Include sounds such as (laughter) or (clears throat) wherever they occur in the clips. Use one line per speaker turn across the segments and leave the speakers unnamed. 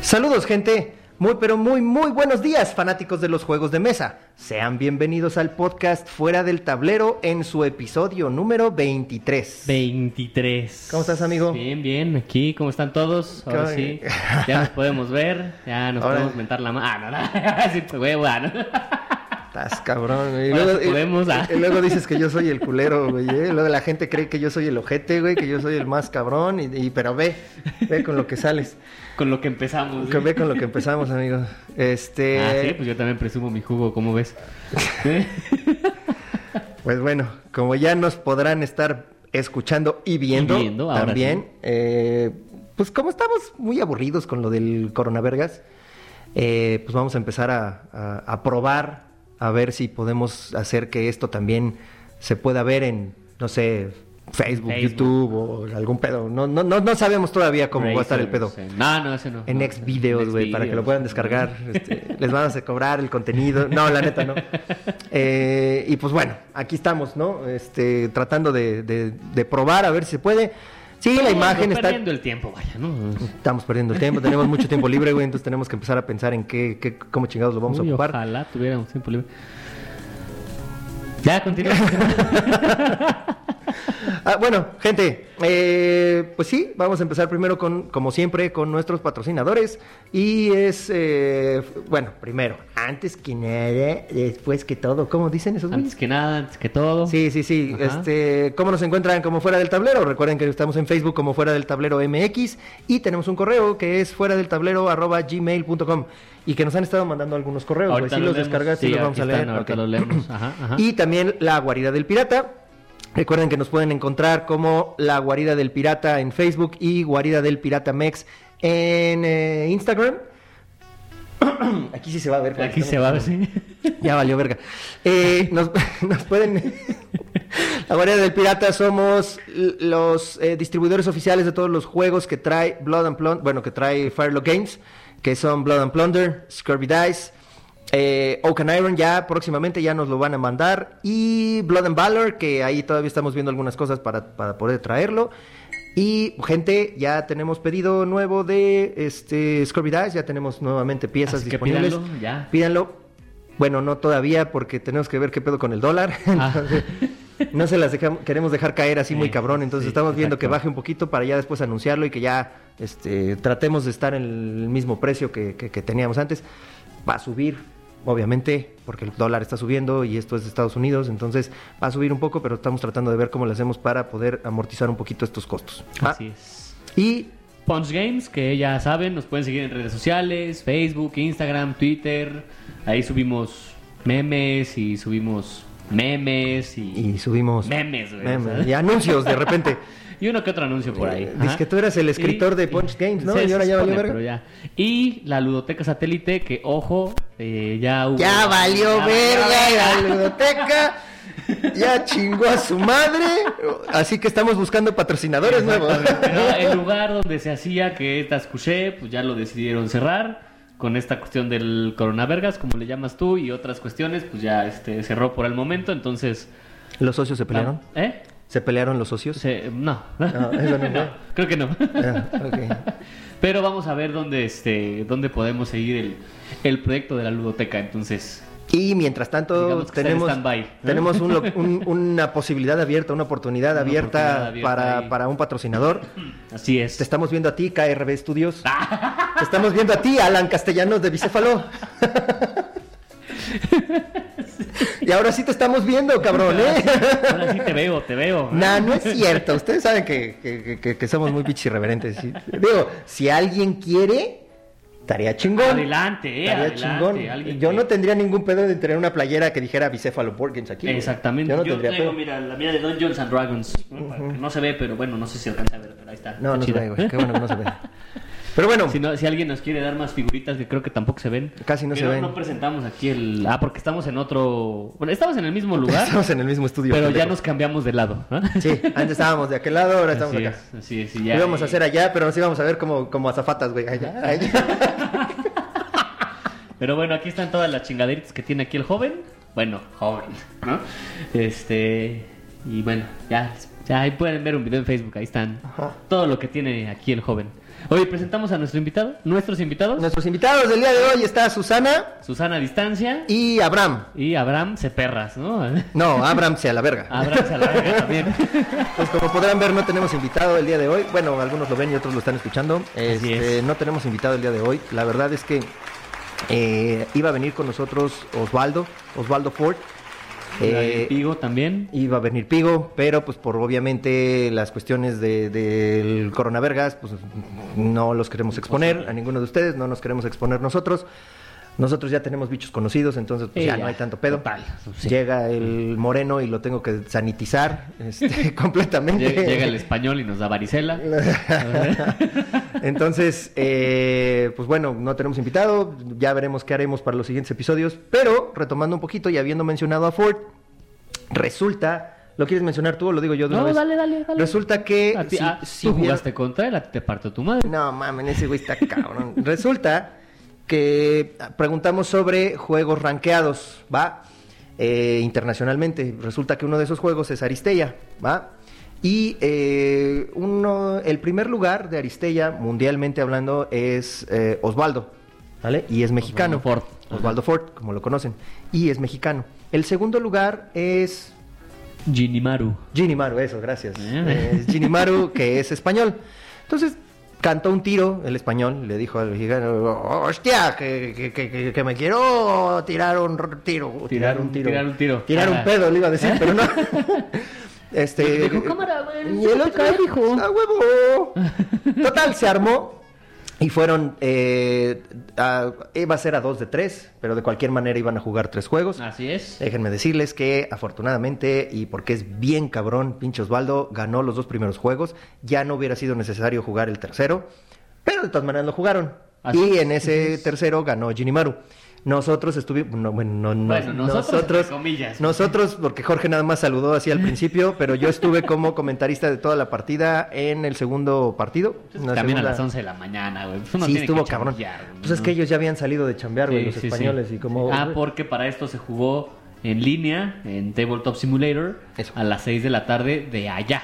Saludos gente, muy pero muy muy buenos días fanáticos de los juegos de mesa. Sean bienvenidos al podcast Fuera del Tablero en su episodio número 23.
23.
¿Cómo estás, amigo?
Bien, bien, aquí, ¿cómo están todos? Ahora
Cabrón.
sí, ya nos podemos ver, ya nos
Ahora-
podemos mentar la mano. Ah, no, no, (laughs) sí, pues, güey, bueno.
Estás cabrón, güey. Y
Ahora
luego,
sí podemos,
y-
ah.
y luego dices que yo soy
(laughs)
el culero, güey. ¿eh? Luego la gente cree que yo soy el ojete, güey, que yo soy el más cabrón. Y, y- pero ve, ve con lo que
(laughs)
sales.
Con lo que empezamos.
Que
¿sí?
ve con lo que empezamos, amigo. Este.
Ah, sí, pues yo también presumo mi jugo, ¿cómo ves?
Pues bueno, como ya nos podrán estar escuchando y viendo,
Y viendo, ahora
también, eh, pues como estamos muy aburridos con lo del coronavergas, eh, pues vamos a empezar a, a- a probar, a ver si podemos hacer que esto también se pueda ver en, no sé, Facebook,
Facebook.
YouTube o algún pedo. No, no, no, no sabemos todavía cómo va a estar el pedo.
Razors, eh. No, no, eso no.
En
no,
Next Videos, güey, para que lo
Xvideos.
puedan
(laughs)
descargar. (laughs) Este, les van a cobrar el contenido. No, la neta, no. Eh, y pues bueno, aquí estamos, ¿no? Este, tratando de, de- de probar a ver si se puede. Sí, la
Perdiendo-
imagen está.
Perdiendo el tiempo, vaya, ¿no?
Estamos perdiendo el tiempo, tenemos mucho tiempo libre, güey, entonces tenemos que empezar a pensar en qué, qué cómo chingados lo vamos
Uy,
a ocupar.
Ojalá tuviéramos tiempo libre. Ya,
(laughs)
continúa.
Ah, bueno, gente, eh, pues sí, vamos a empezar primero con, como siempre, con nuestros patrocinadores. Y es, eh, f- bueno, primero, antes que nada, después que todo, ¿cómo dicen esos güeyes?
antes que nada, antes que todo.
Sí, sí, sí.
Ajá.
Este, ¿Cómo nos encuentran como fuera del tablero? Recuerden que estamos en Facebook como fuera del tablero MX y tenemos un correo que es fuera del tablero arroba gmail.com y que nos han estado mandando algunos correos. güey.
Ahorita
Si
los
los
leemos.
descargas, pues sí,
Sí,
los vamos
aquí
a leer.
están, ahorita
Ok. (clears throat)
los leemos. Ajá, ajá.
Y también la guarida del pirata. Recuerden que nos pueden encontrar como la guarida del pirata en Facebook y guarida del pirata Mex en eh, Instagram. (clears throat) Aquí sí se va a ver. cuando
Aquí
estamos
se va a ver, sí.
ya valió verga. Eh, nos, (laughs) nos pueden... La Guardia del Pirata somos l- los eh, distribuidores oficiales de todos los juegos que trae Blood and Plunder, bueno, que trae Firelock Games, que son Blood and Plunder, Scurvy Dice, eh, Oak and Iron, ya próximamente ya nos lo van a mandar, y Blood and Valor, que ahí todavía estamos viendo algunas cosas para, para poder traerlo. Y gente, ya tenemos pedido nuevo de este Scurvy Dice, ya tenemos nuevamente piezas
Así que
disponibles.
pídanlo, ya.
Pídanlo. Bueno, no todavía porque tenemos que ver qué pedo con el dólar.
Ah.
Entonces, (laughs) no se las dejamos, queremos dejar caer así
Sí,
muy cabrón.
sí,
Entonces
sí,
estamos viendo que
exacto.
baje un poquito para ya después anunciarlo y que ya este, tratemos de estar en el mismo precio que, que- que teníamos antes. Va a subir, obviamente, porque el dólar está subiendo y esto es de Estados Unidos. Entonces va a subir un poco, pero estamos tratando de ver cómo lo hacemos para poder amortizar un poquito estos costos. ¿va?
(laughs) Así es.
Y
Punch Games, que ya saben, nos pueden seguir en redes sociales, Facebook, Instagram, Twitter. Ahí subimos memes y subimos memes y,
y subimos
memes, güey,
memes
o sea.
y anuncios de
(laughs)
repente.
y uno que otro anuncio por ahí.
Dice que tú eras el escritor de Punch Games, ¿no?
Sí,
Y ahora
se
ya valió
supone,
verga.
pero ya. Y la ludoteca satélite, que ojo, eh, ya hubo-
Ya valió
ya
verga
valió
la ludoteca. Ya chingó a su madre. Así que estamos buscando patrocinadores nuevos.
Pero el lugar donde se hacía que esta escuché, pues ya lo decidieron cerrar con esta cuestión del coronavergas, como le llamas tú, y otras cuestiones, pues ya este cerró por el momento, entonces
¿Los socios se pelearon?
¿Eh?
Ah. ¿Se pelearon los socios?
Se- no.
No, Ah, eso no fue.
creo que (laughs) no.
Ah, ok.
Pero vamos a ver dónde este dónde podemos seguir el, el proyecto de la ludoteca, entonces
Y mientras tanto
Digamos que está en
tenemos,
stand-by, ¿no?
tenemos un lo- un- una posibilidad abierta, una oportunidad
Una
abierta,
oportunidad abierta
para,
ahí.
para un patrocinador.
así es.
Te estamos viendo a ti, KRB Studios.
Ah.
Te estamos viendo a ti, Alan Castellanos de
(laughs)
Bicéfalo. Y ahora sí te estamos viendo, cabrón, ¿eh?
Ahora sí te veo, te veo.
No, no es cierto. Ustedes saben que, que- que- que somos muy bichis irreverentes. sí. Digo, si alguien quiere, estaría chingón.
Adelante, eh,
Estaría
adelante, alguien
Yo
que-
no tendría ningún pedo de tener una playera que dijera Bicéfalo Board Games aquí. güey.
Exactamente.
Yo
Yo,
no tendría
traigo,
pedo.
mira, la mía de Dungeons and Dragons. ¿no? Para que no se ve, pero bueno, no sé si alcanza a ver, pero ahí está.
No,
Está
no se
chida. ¿Eh?
ve, güey. Qué bueno que no se ve. Pero bueno,
Si, no- si alguien nos quiere dar más figuritas, que creo que tampoco se ven.
Casi no
Que
se ven.
No presentamos aquí el. Ah, porque estamos en otro. Bueno, estamos en
(laughs)
el mismo lugar,
estamos en el mismo estudio.
pero ya
pendejo.
nos cambiamos de lado. ¿no?
(laughs) Sí, antes estábamos de aquel lado, ahora estamos
así
acá.
es, así es. Ah. Y ya,
Lo íbamos a
eh,
hacer allá, pero nos íbamos a ver como, como azafatas, güey. Allá, allá.
Pero bueno, aquí están todas las chingaderitas que tiene aquí el joven. Bueno, joven, ¿no? Este. Y bueno, ya, ya ahí pueden ver un video en Facebook, ahí están.
Ajá.
Todo lo que tiene aquí el joven. Hoy presentamos a nuestro invitado, nuestros invitados,
Nuestros invitados del día de hoy está Susana
Susana Distancia
y Abraham.
y Abraham Ceperras, ¿no? (laughs)
No, Abraham sea la verga.
Abraham se la verga también.
Pues como podrán ver, no tenemos invitado el día de hoy. Bueno, algunos lo ven y otros lo están escuchando.
Así
Este,
es.
No tenemos invitado el día de hoy. La verdad es que eh, iba a venir con nosotros Osvaldo, Osvaldo Ford. (laughs) Eh,
Pigo también.
iba a venir Pigo, pero pues por obviamente las cuestiones de- del coronavergas, pues no los queremos exponer a ninguno de ustedes, no nos queremos exponer nosotros. Nosotros ya tenemos bichos conocidos, entonces pues,
Sí,
ya,
ya.
no hay tanto pedo.
Total, sí.
Llega el moreno y lo tengo que sanitizar este, (laughs) completamente.
Llega, llega el español y nos
(laughs)
da varicela.
Entonces, eh, pues bueno, no tenemos invitado, ya veremos qué haremos para los siguientes episodios, pero retomando un poquito y habiendo mencionado a Ford, resulta, ¿lo quieres mencionar tú o lo digo yo de una
No,
vez?
dale, dale, dale.
Resulta que
A ti-
Eh, si-
ah,
si
tú
bien-
jugaste contra él, a ti te parto tu madre.
No, mamen, ese güey está cabrón. (laughs) Resulta que preguntamos sobre juegos rankeados, ¿va? Eh, internacionalmente. Resulta que uno de esos juegos es Aristella, ¿va? Y eh, uno, el primer lugar de Aristella, mundialmente hablando, es eh, Osvaldo, ¿vale? Y es mexicano.
Ford.
Osvaldo Ford, como lo conocen. Y es mexicano. El segundo lugar es
Ginimaru.
Ginimaru, eso, gracias.
Eh.
Eh, es Ginimaru, que es español. Entonces, cantó un tiro el español, le dijo al mexicano, "Oh, hostia, que, que- que- que- que me quiero tirar un r- tiro.
Tirar un- tirar un tiro.
Tirar un
Ajá.
pedo, le iba a decir, pero
(laughs)
no. Este,
Dijo, "Cámara, güey,
Y el otro
cae, hijo".
"Ah, huevo".
(laughs)
Total, se armó. Y fueron, eh, a- iba a ser a dos de tres, pero de cualquier manera iban a jugar tres juegos.
Así es.
Déjenme decirles que afortunadamente, y porque es bien cabrón, pinche Osvaldo ganó los dos primeros juegos. Ya no hubiera sido necesario jugar el tercero, pero de todas maneras lo jugaron.
Así
y
es,
en ese tercero ganó Ginimaru. Nosotros estuvimos. bueno, no, no-
Bueno, nosotros,
Nosotros,
entre comillas.
nosotros, porque Jorge nada más saludó así al principio, pero yo estuve como comentarista de toda la partida en el segundo partido. en la
También
segunda-
a las 11 de la mañana, güey. Pues uno
Sí,
tiene que
estuvo cabrón.
chambear, güey,
Pues es
¿no?
que ellos ya habían salido de chambear, güey,
Sí,
los
sí, sí.
españoles, y como.
Ah, porque para esto se jugó en línea, en Tabletop Simulator,
Eso.
a las 6 de la tarde de allá.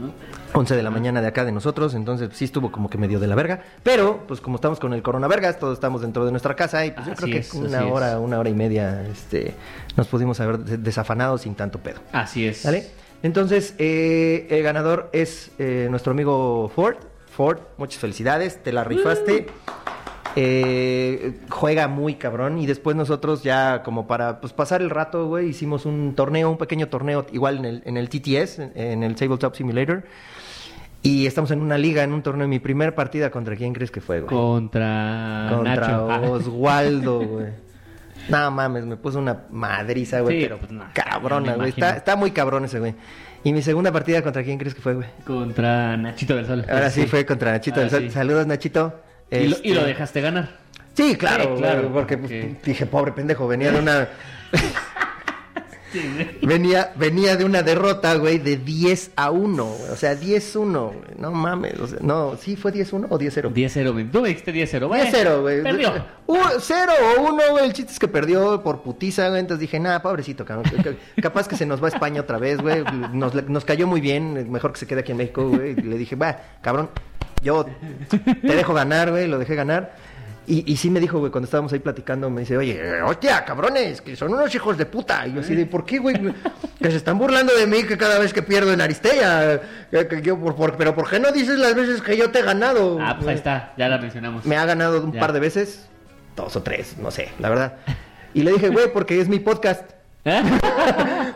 ¿no?
11 de la mañana de acá de nosotros, entonces pues, sí estuvo como que medio de la verga, pero pues como estamos con el coronavirgas, todos estamos dentro de nuestra casa y pues yo
Así
creo que
es,
una
así es.
hora, una hora y media este, nos pudimos haber des- desafanado sin tanto pedo,
Así es.
¿vale? Entonces, eh, el ganador es eh, nuestro amigo Ford. Ford, muchas felicidades, te la rifaste. Eh, juega muy cabrón y después nosotros ya como para pues, pasar el rato, güey, hicimos un torneo, un pequeño torneo igual en el, en el TTS, en, en el Tabletop Simulator. Y estamos en una liga, en un torneo. Mi primer partida contra quién crees que fue, güey?
Contra,
contra
Nacho. Ah.
Oswaldo, güey. No mames, me puso una madriza, güey,
Sí,
pero
pues, no,
cabrona,
me
güey.
imagino.
Está, está muy cabrón ese, güey. Y mi segunda partida contra quién crees que fue, güey.
(laughs) Contra Nachito del Sol.
Ahora sí, fue contra Nachito
Ahora
del Sol.
Ah, sí.
Saludos, Nachito.
Y lo, y lo
Este-
dejaste ganar.
Sí, claro,
Sí, claro,
güey, porque pues,
porque-
dije, pobre pendejo, venía de
(laughs)
una... venía, venía de una derrota, güey, de 10 a 1, güey, o sea, 10-1, güey, no mames, o sea, no, sí fue 10-1 o 10-0.
10-0, güey. Tú me dijiste 10-0, güey.
10-0, güey. (laughs)
Perdió.
U- Cero o uno, güey. El chiste es que perdió por putiza, güey. Entonces dije, nah, pobrecito, cabrón. Ca- ca- Capaz que se nos va a España otra vez, güey. Nos, le- nos cayó muy bien. Mejor que se quede aquí en México, güey. Y le dije, va, cabrón, yo te dejo ganar, güey. Lo dejé ganar. Y, y sí me dijo, güey, cuando estábamos ahí platicando, me dice, oye, eh, hostia, cabrones, que son unos hijos de puta. Y yo así de, ¿por qué, güey? Que se están burlando de mí que cada vez que pierdo en Aristella. que- que yo, por- por- pero ¿por qué no dices las veces que yo te he ganado?
Ah, pues ahí está. Ya la mencionamos.
Me ha ganado un
Ya.
par de veces, dos o tres, no sé, la verdad. Y le dije, güey, porque es mi podcast. (laughs)
¿Eh?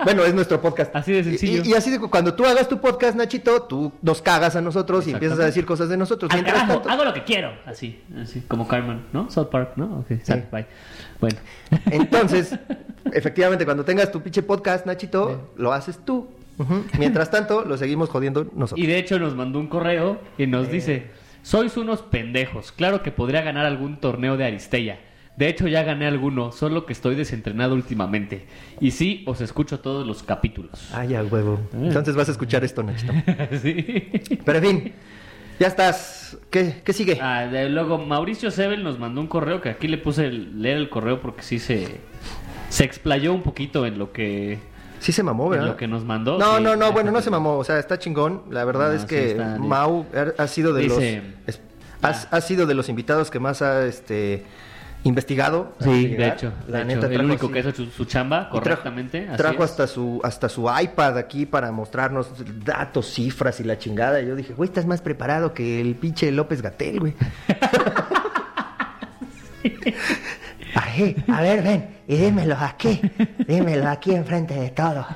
Bueno, es nuestro podcast.
Así de sencillo.
Y, y así de cu- cuando tú hagas tu podcast, Nachito, tú nos cagas a nosotros y empiezas a decir cosas de nosotros.
Al
Mientras
Ah, carajo,
tanto-
hago lo que quiero. Así, así. Como Carmen, ¿no? South Park, ¿no? Ok, sale, bye. Bueno. (laughs)
Entonces, efectivamente, cuando tengas tu pinche podcast, Nachito, lo haces tú. Ujú. Mientras tanto, lo seguimos jodiendo
Y
nosotros.
de hecho nos mandó un correo y nos dice, sois unos pendejos, claro que podría ganar algún torneo de Aristella. De hecho ya gané alguno, solo que estoy desentrenado últimamente. Y sí, os escucho todos los capítulos. (laughs)
Ay, al huevo.
Mm.
Entonces vas a escuchar esto, Nachito.
Sí.
Pero en fin, ya estás. ¿Qué, qué sigue?
Ah, de- luego Mauricio Sebel nos mandó un correo que aquí le puse el- leer el correo porque sí se, se explayó un poquito en lo que...
Sí se mamó,
en
¿verdad?
lo que nos mandó.
No,
sí.
no, no, bueno, no se mamó, o sea, está chingón. La verdad
No,
es
sí
que
está, dice-
Mau er, ha- ha sido de
dice-
los es- has- ha sido de los invitados que más ha este investigado. hasta
Sí, de
llegar.
hecho,
La
de
neta
hecho, el
trajo
único
así-
que hizo su, su chamba
y trajo-
correctamente. así
Trajo
es.
hasta su hasta su iPad aquí para mostrarnos datos, cifras y la chingada. Y yo dije, güey, estás más preparado que el pinche López Gatel,
(laughs)
güey. Ajé, a ver, ven, y dímelos aquí, dímelos aquí enfrente de todos.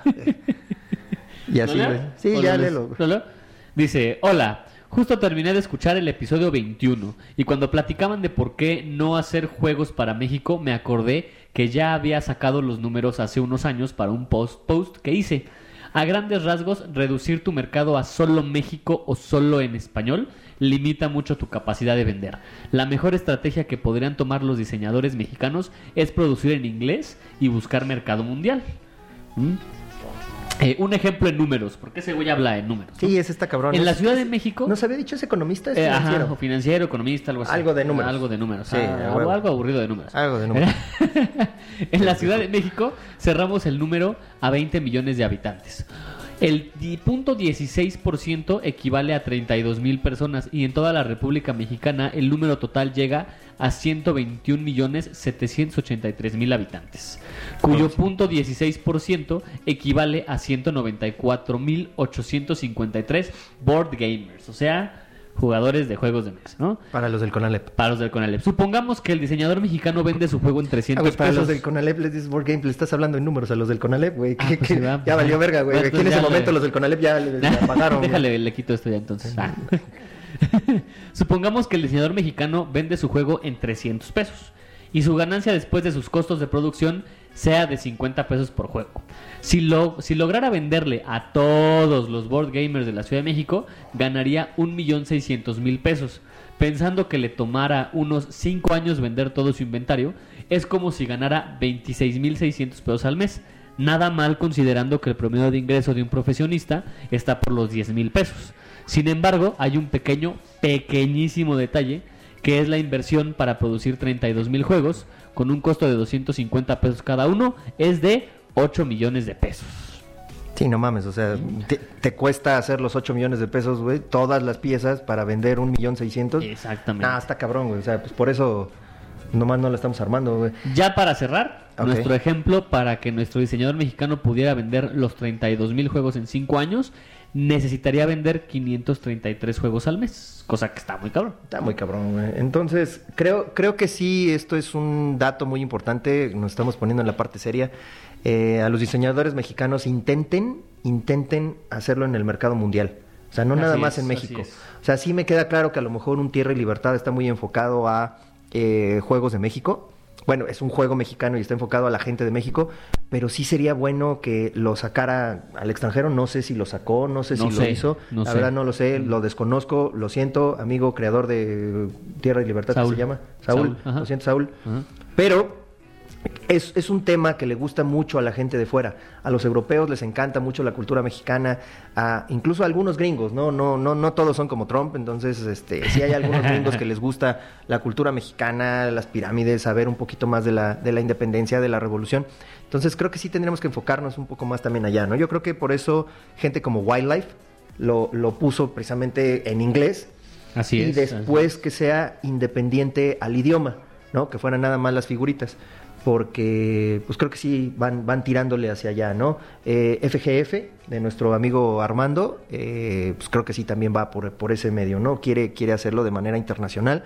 Y así,
¿Lo
güey.
leo?
Sí,
¿O
ya
lo lees?
léelo. güey.
¿Lo leo? Dice, hola, justo terminé de escuchar el episodio 21 y cuando platicaban de por qué no hacer juegos para México, me acordé que ya había sacado los números hace unos años para un post, post que hice. A grandes rasgos, reducir tu mercado a solo México o solo en español limita mucho tu capacidad de vender. La mejor estrategia que podrían tomar los diseñadores mexicanos es producir en inglés y buscar mercado mundial. ¿Mm? Eh, un ejemplo en números, porque ese güey habla en números. ¿no?
Sí, es esta cabrón.
en la
Es-
Ciudad de México.
¿Nos había dicho ese economista? Es
eh, ajá,
financiero.
o financiero, economista, algo así.
Algo de números.
Algo de números.
Sí,
ah,
a
algo,
huevo.
algo aburrido de números.
Algo de números.
(laughs) en la Ciudad de México cerramos el número a 20 millones de habitantes. El di- punto 16% equivale a 32 mil personas y en toda la República Mexicana el número total llega a 121 millones 783 mil habitantes, cuyo punto 16% equivale a 194 mil 853 board gamers, o sea, jugadores de juegos de mesa, ¿no?
Para los del Conalep.
Para los del Conalep. Supongamos que el diseñador mexicano vende su juego en
Ah,
300
güey, para
pesos.
los del Conalep les dices Board Game, le estás hablando en números a los del Conalep, güey.
Ah,
que-
pues
que-
sí, va.
ya valió verga, güey.
Bueno,
Aquí en
entonces
ese
ya
momento
le-
los del Conalep ya le
(laughs)
le apagaron. güey.
Déjale, le quito esto ya entonces. Ah. Supongamos que el diseñador mexicano vende su juego en 300 pesos y su ganancia después de sus costos de producción sea de 50 pesos por juego. Si, lo, si lograra venderle a todos los board gamers de la Ciudad de México, ganaría 1.600.000 pesos. Pensando que le tomara unos 5 años vender todo su inventario, es como si ganara 26.600 pesos al mes. Nada mal considerando que el promedio de ingreso de un profesionista está por los 10 mil pesos. Sin embargo, hay un pequeño, pequeñísimo detalle que es la inversión para producir 32 mil juegos con un costo de 250 pesos cada uno es de 8 millones de pesos.
Sí, no mames, o sea, te, te cuesta hacer los 8 millones de pesos, güey, todas las piezas para vender un millón seiscientos.
Exactamente.
Ah, está cabrón, güey. O sea, pues por eso nomás no la estamos armando, güey.
Ya para cerrar,
Ok.
nuestro ejemplo para que nuestro diseñador mexicano pudiera vender los 32 mil juegos en 5 años, necesitaría vender 533 juegos al mes, cosa que está muy cabrón.
Está muy cabrón, güey. Entonces, creo, creo que sí, esto es un dato muy importante. Nos estamos poniendo en la parte seria. Eh, a los diseñadores mexicanos intenten, intenten hacerlo en el mercado mundial. O sea, no nada
Así
más
es,
en México.
así es.
O sea, sí me queda claro que a lo mejor un Tierra y Libertad está muy enfocado a eh, juegos de México. Bueno, es un juego mexicano y está enfocado a la gente de México, pero sí sería bueno que lo sacara al extranjero. No sé si lo sacó, no sé
No
si
sé,
lo hizo.
no
la
sé. Mm.
verdad no lo sé, lo desconozco, lo siento, amigo creador de Tierra y Libertad, ¿qué
Saúl.
se llama? Saúl,
Saúl, ajá.
lo siento, Saúl.
Ajá.
Pero es, es un tema que le gusta mucho a la gente de fuera. A los europeos les encanta mucho la cultura mexicana, a- incluso a algunos gringos, ¿no? No, no, no todos son como Trump, entonces este, sí hay algunos gringos que les gusta la cultura mexicana, las pirámides, saber un poquito más de la, de la independencia, de la revolución. Entonces creo que sí tendremos que enfocarnos un poco más también allá, ¿no? Yo creo que por eso gente como Wildlife lo, lo puso precisamente en inglés
Así
y
es.
después que sea independiente al idioma, ¿no? Que fueran nada más las figuritas. Porque, pues creo que sí, van, van tirándole hacia allá, ¿no? Eh, FGF, de nuestro amigo Armando, eh, pues creo que sí también va por, por ese medio, ¿no? Quiere, quiere hacerlo de manera internacional.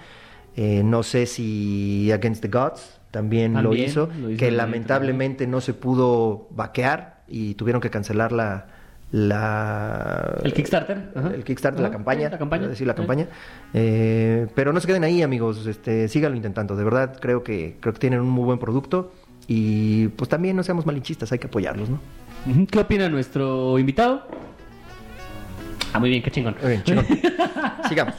Eh, no sé si Against the Gods también, lo,
También
hizo,
lo hizo
que
también,
lamentablemente no se pudo vaquear y tuvieron que cancelar la... la
El Kickstarter, ajá.
El Kickstarter,
Ajá,
la campaña.
la campaña.
Sí, la
Sí.
campaña. Eh, pero no se queden ahí, amigos. Este, síganlo intentando. De verdad, creo que, creo que tienen un muy buen producto. Y pues también no seamos malinchistas, hay que apoyarlos, ¿no?
Ujú. ¿Qué opina nuestro invitado? Ah, muy bien, qué chingón.
Muy bien, chingón. (laughs) Sigamos.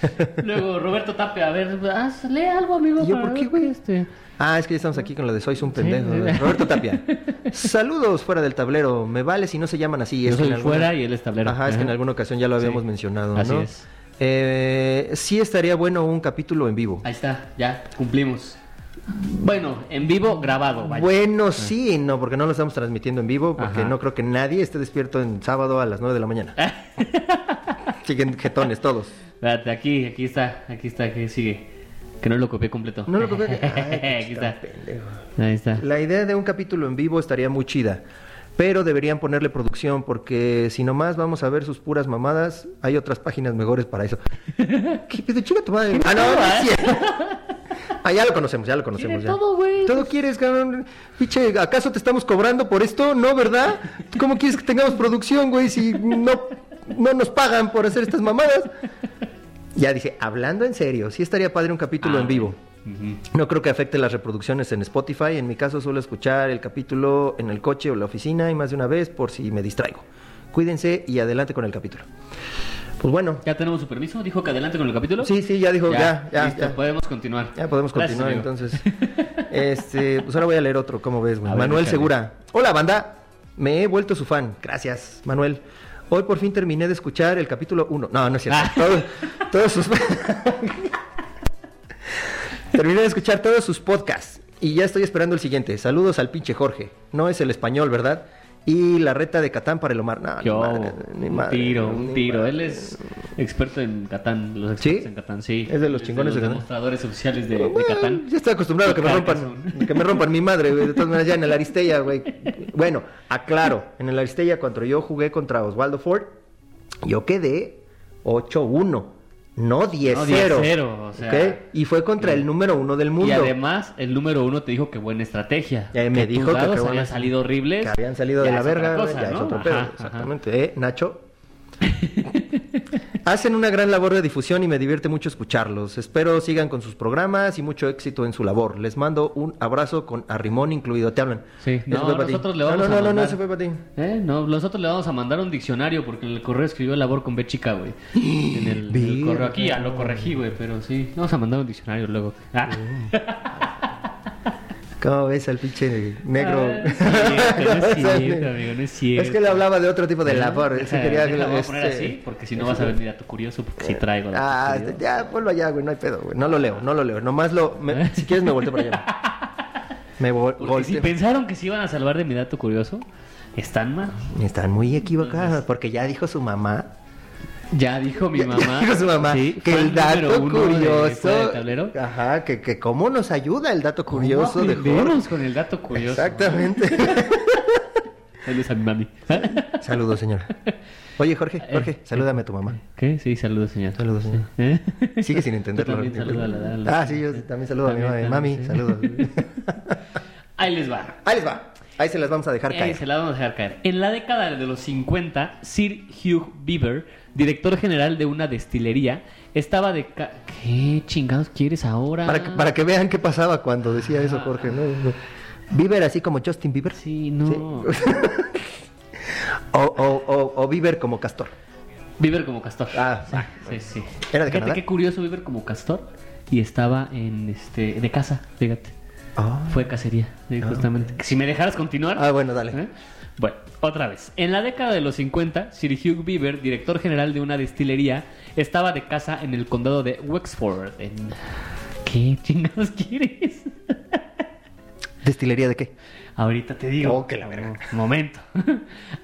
(laughs) Luego Roberto Tapia, a ver, haz- lee algo, amigo.
¿Y yo
para
por qué,
ver
güey?
Este...
Ah, es que ya estamos aquí con lo de Sois un pendejo.
sí.
Roberto Tapia. Saludos fuera del tablero. Me vale si no se llaman así.
Yo
es que
soy
en alguna-
fuera y él es tablero.
Ajá, es que en alguna ocasión ya lo habíamos
Sí.
mencionado,
Así
¿no?
es.
Eh, sí estaría bueno un capítulo en vivo.
Ahí está, ya, cumplimos. Bueno, en vivo grabado, vaya. Ah.
Bueno, sí, no, porque no lo estamos transmitiendo en vivo, porque
Ajá.
no creo que nadie esté despierto en sábado a las 9 de la
(laughs)
mañana. Siguen jetones todos.
(laughs) Espérate, aquí, aquí está, aquí está, que sigue. Que no lo copié completo.
No
(laughs)
lo copié. Ay,
aquí está.
pendejo.
Ahí está.
La idea de un capítulo en vivo estaría muy chida, pero deberían ponerle producción porque si nomás vamos a ver sus puras mamadas, hay otras páginas mejores para
(laughs)
eso. ¿Qué pedo? Chica tu madre. Ah, no, no es cierto. Ah, ya lo conocemos, ya lo conocemos.
Tiene
ya.
todo, güey.
Todo quieres, cabrón. Piche, ¿acaso te estamos cobrando por esto? No, ¿verdad? ¿Cómo quieres que tengamos producción, güey, si no, no nos pagan por hacer estas mamadas? Ya dice, hablando en serio, sí estaría padre un capítulo
Ah,
en vivo.
Ujú.
No creo que afecte las reproducciones en Spotify. En mi caso suelo escuchar el capítulo en el coche o la oficina y más de una vez por si me distraigo. Cuídense y adelante con el capítulo. Pues bueno,
¿Ya tenemos su permiso? ¿Dijo que adelante con el capítulo?
sí, sí, ya dijo, ya, ya,
listo,
ya,
podemos continuar.
Ya podemos
Gracias,
continuar
amigo.
entonces.
(laughs)
Este, pues ahora voy a leer otro, ¿cómo ves, güey?
A ver,
Manuel
échale.
Segura. Hola, banda. Me he vuelto su fan. Gracias, Manuel. Hoy por fin terminé de escuchar el capítulo 1. No, no es cierto.
Ah.
Todos, todos sus... (laughs) terminé de escuchar todos sus podcasts y ya estoy esperando el siguiente. Saludos al pinche Jorge. No es el español, ¿verdad? Y la reta de Catán para el Omar. No, Ah, ni
Yo,
madre, ni
un
madre,
tiro,
ni
un tiro.
madre.
Él es experto en Catán, los expertos
¿Sí?
en Catán, sí.
Es de los chingones de
de los
Catán.
demostradores oficiales de, de
Bueno,
Catán.
Ya estoy acostumbrado a que me rompan,
Carcassonne.
que me rompan mi madre, güey. De todas maneras, ya en el Aristella, güey. Bueno, aclaro, en el Aristella, cuando yo jugué contra Oswaldo Ford, yo quedé 8-1, no 10-0.
10-0, o sea.
¿ok? Y fue contra el número uno del mundo.
Y además, el número uno te dijo que buena estrategia.
Ya me
tus
dijo que
dados
qué buena-
habían salido horribles.
Que habían salido
Ya
de la
es otra
verga,
cosa,
güey, ya es
¿no?
otro
Ajá,
pedo,
ajá.
exactamente. ¿Eh, Nacho? (laughs) Hacen una gran labor de difusión y me divierte mucho escucharlos. Espero sigan con sus programas y mucho éxito en su labor. Les mando un abrazo con arrimón incluido. Te hablan.
Sí,
Ese
no,
fue para ti.
nosotros le
No,
vamos
no,
a
no, no, no,
mandar.
ese fue para ti.
Eh, no, nosotros le vamos a mandar un diccionario porque en el correo escribió labor con B chica, güey. En el, en el correo aquí ya lo corregí, güey, pero sí. Vamos a mandar un diccionario luego. Ah.
¿Cómo ves al pinche negro?
Ah, no es cierto, no
(laughs)
es cierto, amigo, no es cierto.
Es que le hablaba de otro tipo de
Ah,
labor. Sí
ah,
quería,
déjala, voy a poner
este,
así porque si no vas a venir a tu curioso porque si traigo. datos
Ah,
curiosos.
ya, ponlo allá, güey, no hay pedo, güey. No lo leo, no lo leo. Nomás lo.
(laughs)
me- si quieres, me volteo para allá. Me vol-
Porque si
volteo.
pensaron que se iban a salvar de mi dato curioso, están mal.
Están muy equivocadas, porque ya dijo su mamá.
Ya dijo mi
ya- ya (laughs)
mamá.
dijo su mamá
sí,
que
fan
el dato
número uno de
curioso.
Fuera de tablero.
Ajá, que, que cómo nos ayuda el dato curioso de
¿Cómo aprendemos
Jorge.
con el dato curioso. (laughs)
Exactamente.
Saludos a mi mami. (laughs)
Saludos, señora. Oye, Jorge,
Eh,
Jorge, salúdame a tu mamá.
¿Qué? Sí, saludos, señor.
Saludos, señor.
(laughs) ¿Eh?
Sigue
(laughs)
sin
Tú
entenderlo.
también saluda a la- a la-
Ah, sí,
(laughs)
yo también saludo a mi
También,
mami. Mami,
también, sí.
saludos.
(laughs) Ahí les va.
Ahí les va. Ahí se las vamos a dejar
Ahí se
caer.
la vamos a dejar caer. En la década de los 50, Sir Hugh Beaver, director general de una destilería, estaba de... ca- ¿Qué chingados quieres ahora?
Para que, para que vean qué pasaba cuando decía eso Jorge, ¿no? Bieber así como Justin Bieber.
Ah. Sí, no.
(laughs)
(laughs)
O, o, o, o Bieber como Castor.
Bieber como castor.
Ah,
sí,
ah,
sí, sí.
¿Era de
fíjate
Canadá?
qué curioso Bieber como castor y estaba en este de casa, fíjate. Fue cacería, eh, justamente. Si me dejaras continuar.
Ah, bueno, dale.
¿Eh? Bueno, otra vez. En la década de los 50, Sir Hugh Beaver, director general de una destilería, estaba de casa en el condado de Wexford. en- ¿Qué chingados (laughs) quieres?
¿Destilería de qué?
Ahorita te digo.
Oh, que la verga.
Un Momento. (laughs)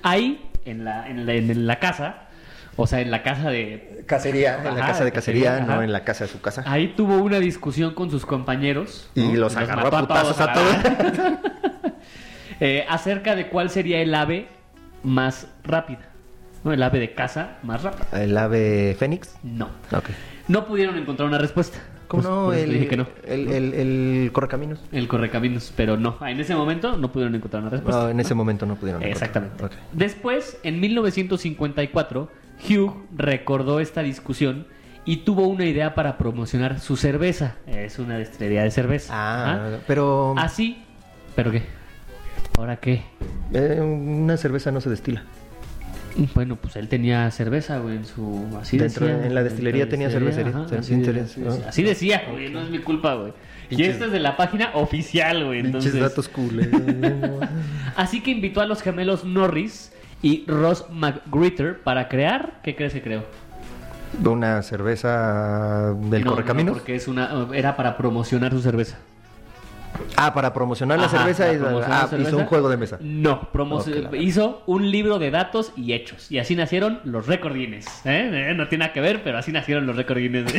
Ahí, en la, en, la, en la casa, o sea, en la casa de...
Cacería. En la
Ajá,
casa de cacería,
cacería,
no
ajá.
en la casa de su casa.
Ahí tuvo una discusión con sus compañeros.
Y
¿no?
los agarró
mató
a putazos a
todos. (laughs) Eh, acerca de cuál sería el ave más rápida. ¿no? El ave de casa más rápida.
Ah. ¿El ave Fénix?
No.
Ok.
No pudieron encontrar una respuesta.
¿Cómo
Pues,
no?
por eso
El,
te dije que no.
el, el, el correcaminos.
El correcaminos, pero no. En ese momento no pudieron encontrar una respuesta.
No, en ese momento no pudieron. encontrar.
Exactamente. Después, en 1954, Hugh recordó esta discusión y tuvo una idea para promocionar su cerveza. Es una destilería de cerveza.
Ah,
Ajá.
pero
Así. ¿Pero qué? ¿Ahora qué?
eh, una cerveza no se destila.
Bueno, pues él tenía cerveza, güey, en su... Así
Dentro-
decía.
en la destilería
Dentro de
tenía cervecería.
destilería, ajá,
Cer-
así, de-
cervecería,
así-
¿no?
así decía, güey, no es mi culpa, güey. Y
Pinches-
esto es de la página oficial, güey,
Pinches
entonces...
datos
(laughs)
cool.
Así que invitó a los gemelos Norris y Ross McGritter para crear... ¿Qué crees que creó?
¿De una cerveza del
No, no,
correcaminos?
porque es una, era para promocionar su cerveza.
Ah, para promocionar la
Ajá,
cerveza,
para
hizo-
promocionar
ah, hizo
cerveza.
un juego de mesa.
No, promo-
Ok, la-
hizo un libro de datos y hechos. Y así nacieron los récord Guinness. ¿eh? Eh, No tiene nada que ver, pero así nacieron los récord Guinness. (laughs)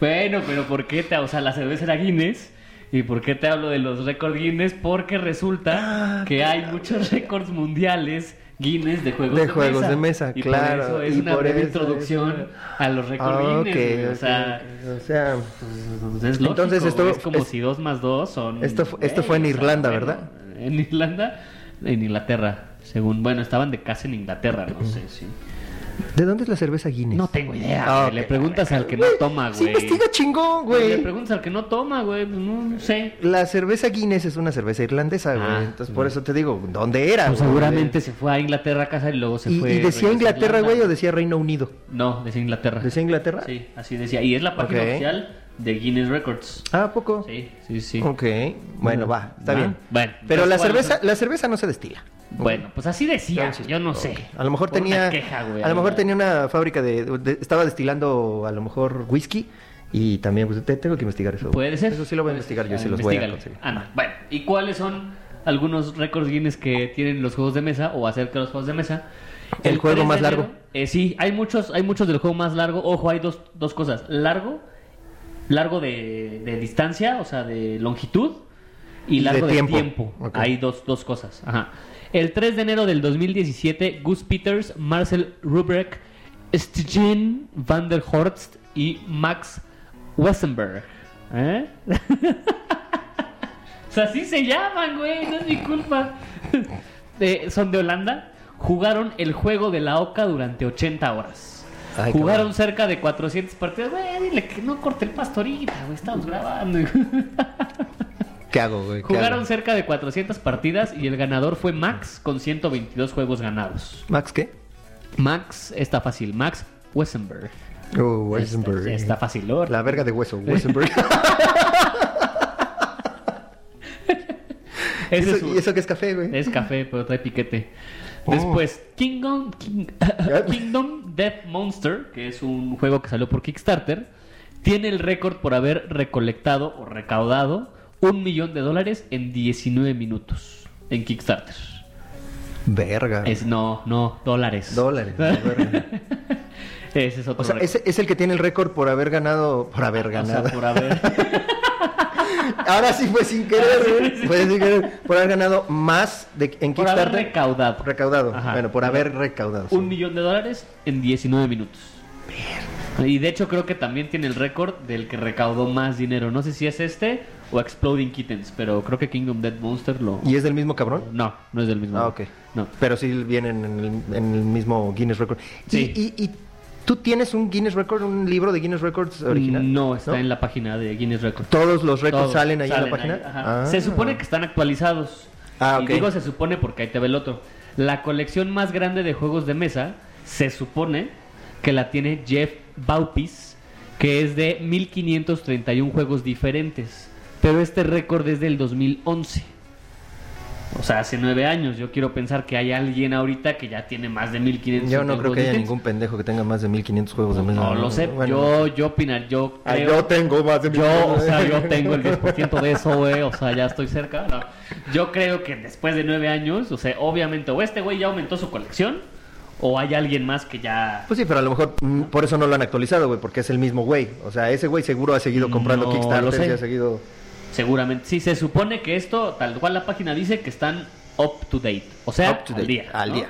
bueno, pero ¿por qué te... O sea, la cerveza era Guinness. ¿Y por qué te hablo de los récord Guinness? Porque
Ah,
resulta que hay muchos récords mundiales Guinness de juegos
De
de,
juegos
mesa.
de mesa,
Y
claro,
Por eso es
y
una
por
breve
eso es-
introducción a los récord
Ah, ok,
Guinness. güey, O
ok,
sea...
ok. O sea, pues,
Entonces, es lógico,
Entonces, esto-
güey, es como
es-
si dos más dos son...
Esto fu- esto fue en
güey,
Irlanda,
bueno,
¿verdad?
En Irlanda, en Inglaterra, según... Bueno, estaban de casa en Inglaterra, no sé, sí.
¿de dónde es la cerveza Guinness?
No tengo idea,
Ah,
güey,
ok,
Le preguntas al que no
Güey,
toma,
Sí,
güey.
investiga chingón,
Le
güey.
preguntas al que no toma, güey, pues no, no sé.
La cerveza Guinness es una cerveza irlandesa, güey.
Ah,
Entonces,
sí.
por eso te digo, ¿dónde era?
Pues
güey?
seguramente se fue a Inglaterra a casa y luego se
¿Y,
fue...
y decía
regresó a
Inglaterra,
Irlanda.
güey, o decía Reino Unido?
No, decía Inglaterra.
¿Decía Inglaterra?
Sí, así decía. Y es la página
Ok.
oficial de Guinness Records.
Ah, ¿a poco?
Sí, sí, sí.
Ok, bueno, va, está
Va.
bien.
Bueno,
Pero
entonces,
la
¿cuál
cerveza,
es
la cerveza no se destila.
Bueno, pues así decía,
Entonces,
yo no
ok.
sé.
A lo mejor
Por una
tenía.
queja, güey,
a lo mejor
alguna.
tenía una fábrica de, de- Estaba destilando a lo mejor whisky. Y también, pues, te- tengo que investigar eso.
Puede ser.
Eso sí lo voy a
Puede
investigar
ser.
yo y
Ah,
se los voy a
investígalo.
conseguir.
Ah, no. Bueno, ¿y cuáles son algunos récords Guinness que tienen los juegos de mesa o acerca de los juegos de mesa?
El juego
3 de
más
enero-
largo.
eh, sí, hay muchos, hay muchos del juego más largo. Ojo, hay dos, dos cosas. Largo, largo de, de distancia, o sea, de longitud, y
Y de
largo de
tiempo.
tiempo.
Ok.
Hay dos, dos cosas. Ajá. El 3 de enero del 2017, Gus Peters, Marcel Rubrek, Stijn van der Horst y Max Wessenberg. ¿Eh? O sea, así se llaman, güey, no es mi culpa. Eh, son de Holanda. Jugaron el juego de la OCA durante 80 horas.
Ay,
Jugaron
cabrón.
cerca de 400 partidos. Güey, dile que no corte el pastorita, güey, estamos grabando.
¿Qué hago, güey? ¿Qué
Jugaron
hago?
cerca de 400 partidas y el ganador fue Max con 122 juegos ganados.
¿Max qué?
Max, está fácil, Max Wessenberg.
Oh, Wesenberg.
Está, está fácil, ¿no?
La verga de hueso,
(laughs)
Wesenberg. ¿Y,
Ese
(laughs)
es
eso,
su-
¿Y eso qué es café, güey?
Es café, pero trae piquete.
Oh.
Después, Kingdom,
(laughs)
King- Kingdom Death Monster, que es un juego que salió por Kickstarter, tiene el récord por haber recolectado o recaudado un millón de dólares en 19 minutos en Kickstarter.
Verga.
Es no, no, dólares.
Dólares.
(laughs)
la verga.
Ese es otro
O sea,
récord.
ese es el que tiene el récord por haber ganado. Por haber
O sea,
ganado. (laughs)
por haber.
Ahora sí fue sin
Ah,
querer, güey. Fue sin querer. Por haber ganado más de, en
por haber
Kickstarter.
recaudado.
Recaudado.
Ajá.
Bueno, por haber recaudado. sí.
un millón de dólares en 19 minutos. Y de hecho creo que también tiene el récord del que recaudó más dinero. No sé si es este o Exploding Kittens, pero creo que Kingdom Dead Monster lo...
¿Y es del mismo cabrón?
No, no es del mismo.
Ah, ok.
No.
Pero sí vienen en el, en el mismo Guinness Record. ¿Y-
Sí.
Y, y tú tienes un Guinness Record, un libro de Guinness Records original?
No, está en la página de Guinness Record.
¿Todos los récords
Todos
salen ahí en la
ahí,
página?
ajá.
Ah.
Se supone que están actualizados.
Ah,
Y
ok.
digo se supone porque ahí te ve el otro. La colección más grande de juegos de mesa se supone que la tiene Jeff Baupis, que es de 1531 juegos diferentes. Pero este récord es del 2011. O sea, hace nueve años. Yo quiero pensar que hay alguien ahorita que ya tiene más de 1500
Yo no creo
juegos
que haya
diferentes.
ningún pendejo que tenga más de 1500 juegos de mesa.
No lo sé. yo, yo opinar, yo
Ah,
creo-
yo tengo más de
yo, o sea, yo
de-
tengo el
(laughs)
10% de eso, güey. O sea, ya estoy cerca. No. Yo creo que después de nueve años, o sea, obviamente, o este güey ya aumentó su colección, o hay alguien más que ya.
Pues sí, pero a lo mejor mm, por eso no lo han actualizado, güey, porque es el mismo güey. O sea, ese güey seguro ha seguido comprando
No lo
Kickstarter
sé.
y ha seguido...
Seguramente. Sí, se supone que esto, tal cual la página dice, que están up to date. O sea,
Up to
al
date,
día.
al
¿no?
día.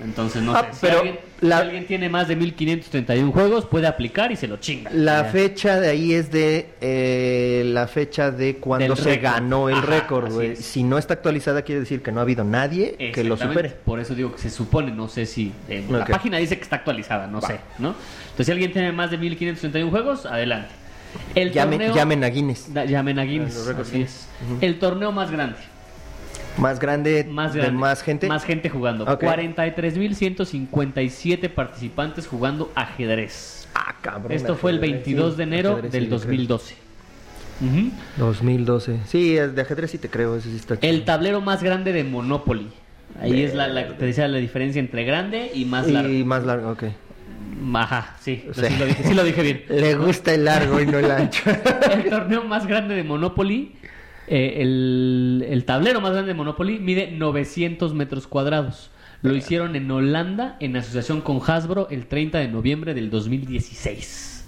Entonces, no
Ah,
sé. Si,
pero
alguien,
la-
si alguien tiene más de 1531 juegos, puede aplicar y se lo chinga.
La
Ya.
fecha de ahí es de eh, la fecha de cuando
Del
se
récord.
ganó el
Ajá,
récord,
así
güey.
es.
Si no está actualizada, quiere decir que no ha habido nadie que lo
Exactamente.
supere.
Por eso digo que se supone, no sé si. eh, La
Ok.
página dice que está actualizada, no
Va.
sé, ¿no? Entonces, si alguien tiene más de 1531 juegos, adelante. El
Llamen,
torneo,
llamen a Guinness.
Da- llamen a Guinness.
Los récords
así es. El torneo más grande.
Más grande,
Más
de
grande.
más gente.
Más gente jugando.
Ok.
43.157 participantes jugando ajedrez.
Ah, cabrón.
Esto fue el
ajedrez,
22
sí,
de enero
ajedrez, sí,
del
yo creo.
2012. Ujú.
2012. Sí, el de ajedrez sí te creo, ese sí está chido.
El tablero más grande de Monopoly. Ahí es la, la que te decía la diferencia entre grande y más largo.
Y más largo, ok.
Mm, Ajá, sí,
O
sí
sea.
lo dije, sí lo dije (laughs) bien.
Le gusta el largo y no el
(laughs)
ancho.
El torneo más grande de Monopoly, eh, el, el tablero más grande de Monopoly, mide 900 metros cuadrados. Lo hicieron en Holanda en asociación con Hasbro el 30 de noviembre del 2016.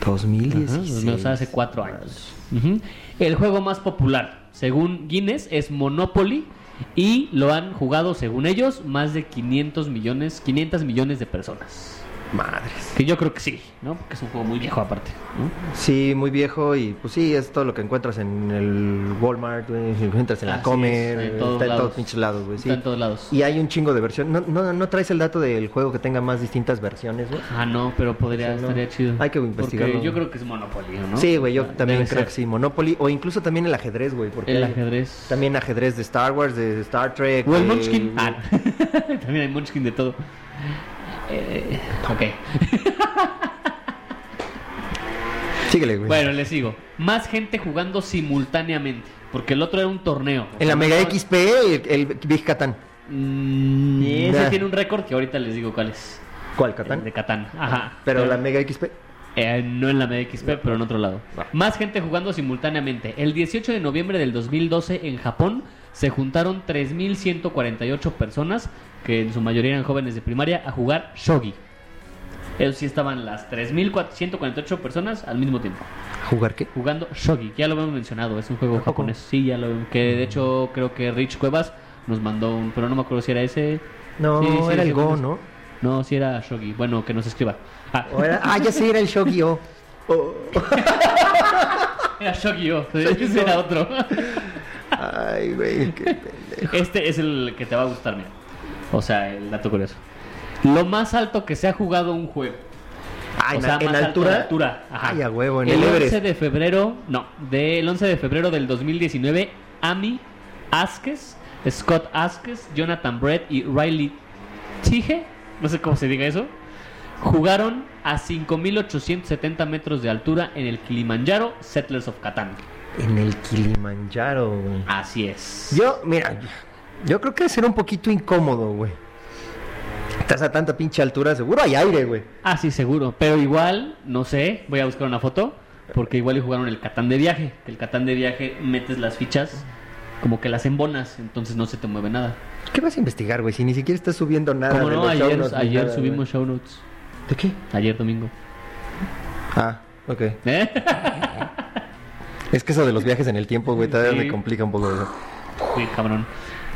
Ajá,
2016.
o sea, hace cuatro años. Ujú. El juego más popular, según Guinness, es Monopoly y lo han jugado, según ellos, más de 500 millones, 500 millones de personas.
Madres.
Que yo creo que sí, ¿no? Porque es un juego muy viejo aparte. ¿no?
Sí, muy viejo y pues sí, es todo lo que encuentras en el Walmart, güey, encuentras en la
Así
Comer,
es, en todos
está en
lados.
todos pinches lados, güey. sí.
Está en todos lados.
Y hay un chingo de versiones. ¿No, no, no traes el dato del juego que tenga más distintas versiones, güey?
Ah, no, pero podría,
Sí, no.
estaría chido.
Hay que investigarlo.
Porque yo creo que es Monopoly, ¿no?
Sí, güey, yo
Ah,
también
debe
creo que
ser.
sí. Monopoly o incluso también el ajedrez, güey. Porque
El
hay
ajedrez.
También ajedrez de Star Wars, de Star Trek.
O el
de-
Munchkin. Ah, (laughs) también hay Munchkin de todo. Eh,
Pues-
ok.
Síguele, güey.
Bueno, les sigo. Más gente jugando simultáneamente. Porque el otro era un torneo.
En la Mega XP, el, el Big Catán.
Mm, ese
Nah.
tiene un récord que ahorita les digo cuál es.
¿Cuál,
El de Catán. Ajá.
Pero la Mega XP.
Eh, no en la MXP, pero en otro lado.
Va.
Más gente jugando simultáneamente. El 18 de noviembre del 2012 en Japón se juntaron 3.148 personas, que en su mayoría eran jóvenes de primaria, a jugar shogi. Eso sí estaban las 3.148 personas al mismo tiempo
¿Jugar qué?
jugando shogi. Ya lo hemos mencionado, es un juego
poco? Mm.
japonés. Sí, ya lo que de hecho creo que Rich Cuevas nos mandó un, pero no me acuerdo si era ese.
No,
Sí, sí,
era el
sí,
Go,
sí.
¿no?
No, si era shogi. Bueno, que nos escriba. Ah.
O era- ah, ya sí, era el Shogio.
(laughs) Era
(laughs)
Shogi-Oh, ese (laughs) era otro.
Ay, güey, qué pendejo.
Este es el que te va a gustar, mira. O sea, el dato curioso. Lo más alto que se ha jugado un juego.
Ah,
o
en,
sea,
en
más alto de
altura.
altura. Ajá.
Ay, a huevo, en
el
el Everest.
11 de febrero, no, del 11 de febrero del 2019, Ami Asques, Scott Asques, Jonathan Brett y Riley Tige, no sé cómo se diga eso, jugaron a 5.870 metros de altura en el Kilimanjaro Settlers of Catan.
En el Kilimanjaro, güey.
Así es.
Yo, mira, yo creo que será un poquito incómodo, güey. Estás a tanta pinche altura, seguro hay aire, güey.
Ah, sí, seguro. Pero igual, no sé, voy a buscar una foto. Porque igual y jugaron el Catán de viaje. que El Catán de viaje metes las fichas, como que las embonas, entonces no se te mueve nada.
¿Qué vas a investigar, güey? Si ni siquiera estás subiendo nada.
Como
de
no,
los show
ayer,
notes ni
ayer
nada,
subimos
güey.
show notes.
¿De qué?
Ayer domingo. (laughs)
Ah, ok.
¿Eh?
Es que eso de los viajes en el tiempo, güey, todavía
Sí.
me complica un poco. güey.
Sí, cabrón.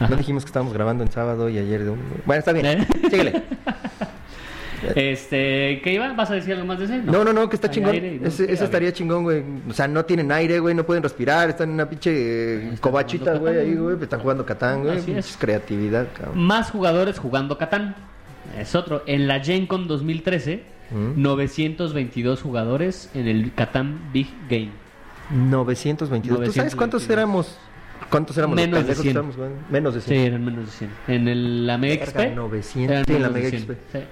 No dijimos que estábamos grabando en sábado y ayer de un... Bueno, está bien.
(laughs) ¿Eh?
Síguele.
Este, ¿qué iba? ¿Vas a decir algo más de ese?
No, no, no, que está
Hay
chingón.
aire y no-
ese ese
a ver.
estaría chingón, güey. O sea, no tienen aire, güey, no pueden respirar, están en una pinche eh,
Están
cobachita,
jugando
güey,
Catán.
ahí, güey, pues, están jugando Catán, güey.
Así es.
Pinches creatividad, cabrón.
Más jugadores jugando Catán. Es otro. En la Gen Con 2013,
Mm.
922 jugadores en el Catán Big Game.
922. ¿Tú sabes cuántos
922.
éramos? ¿Cuántos éramos los
Menos de
pendejos que
100.
estábamos jugando? Menos de
Sí,
100.
eran menos de 100. En el, la
Verga,
Mega XP.
900.
eran
Sí, en la
menos de
Mega
100,
XP.
sí.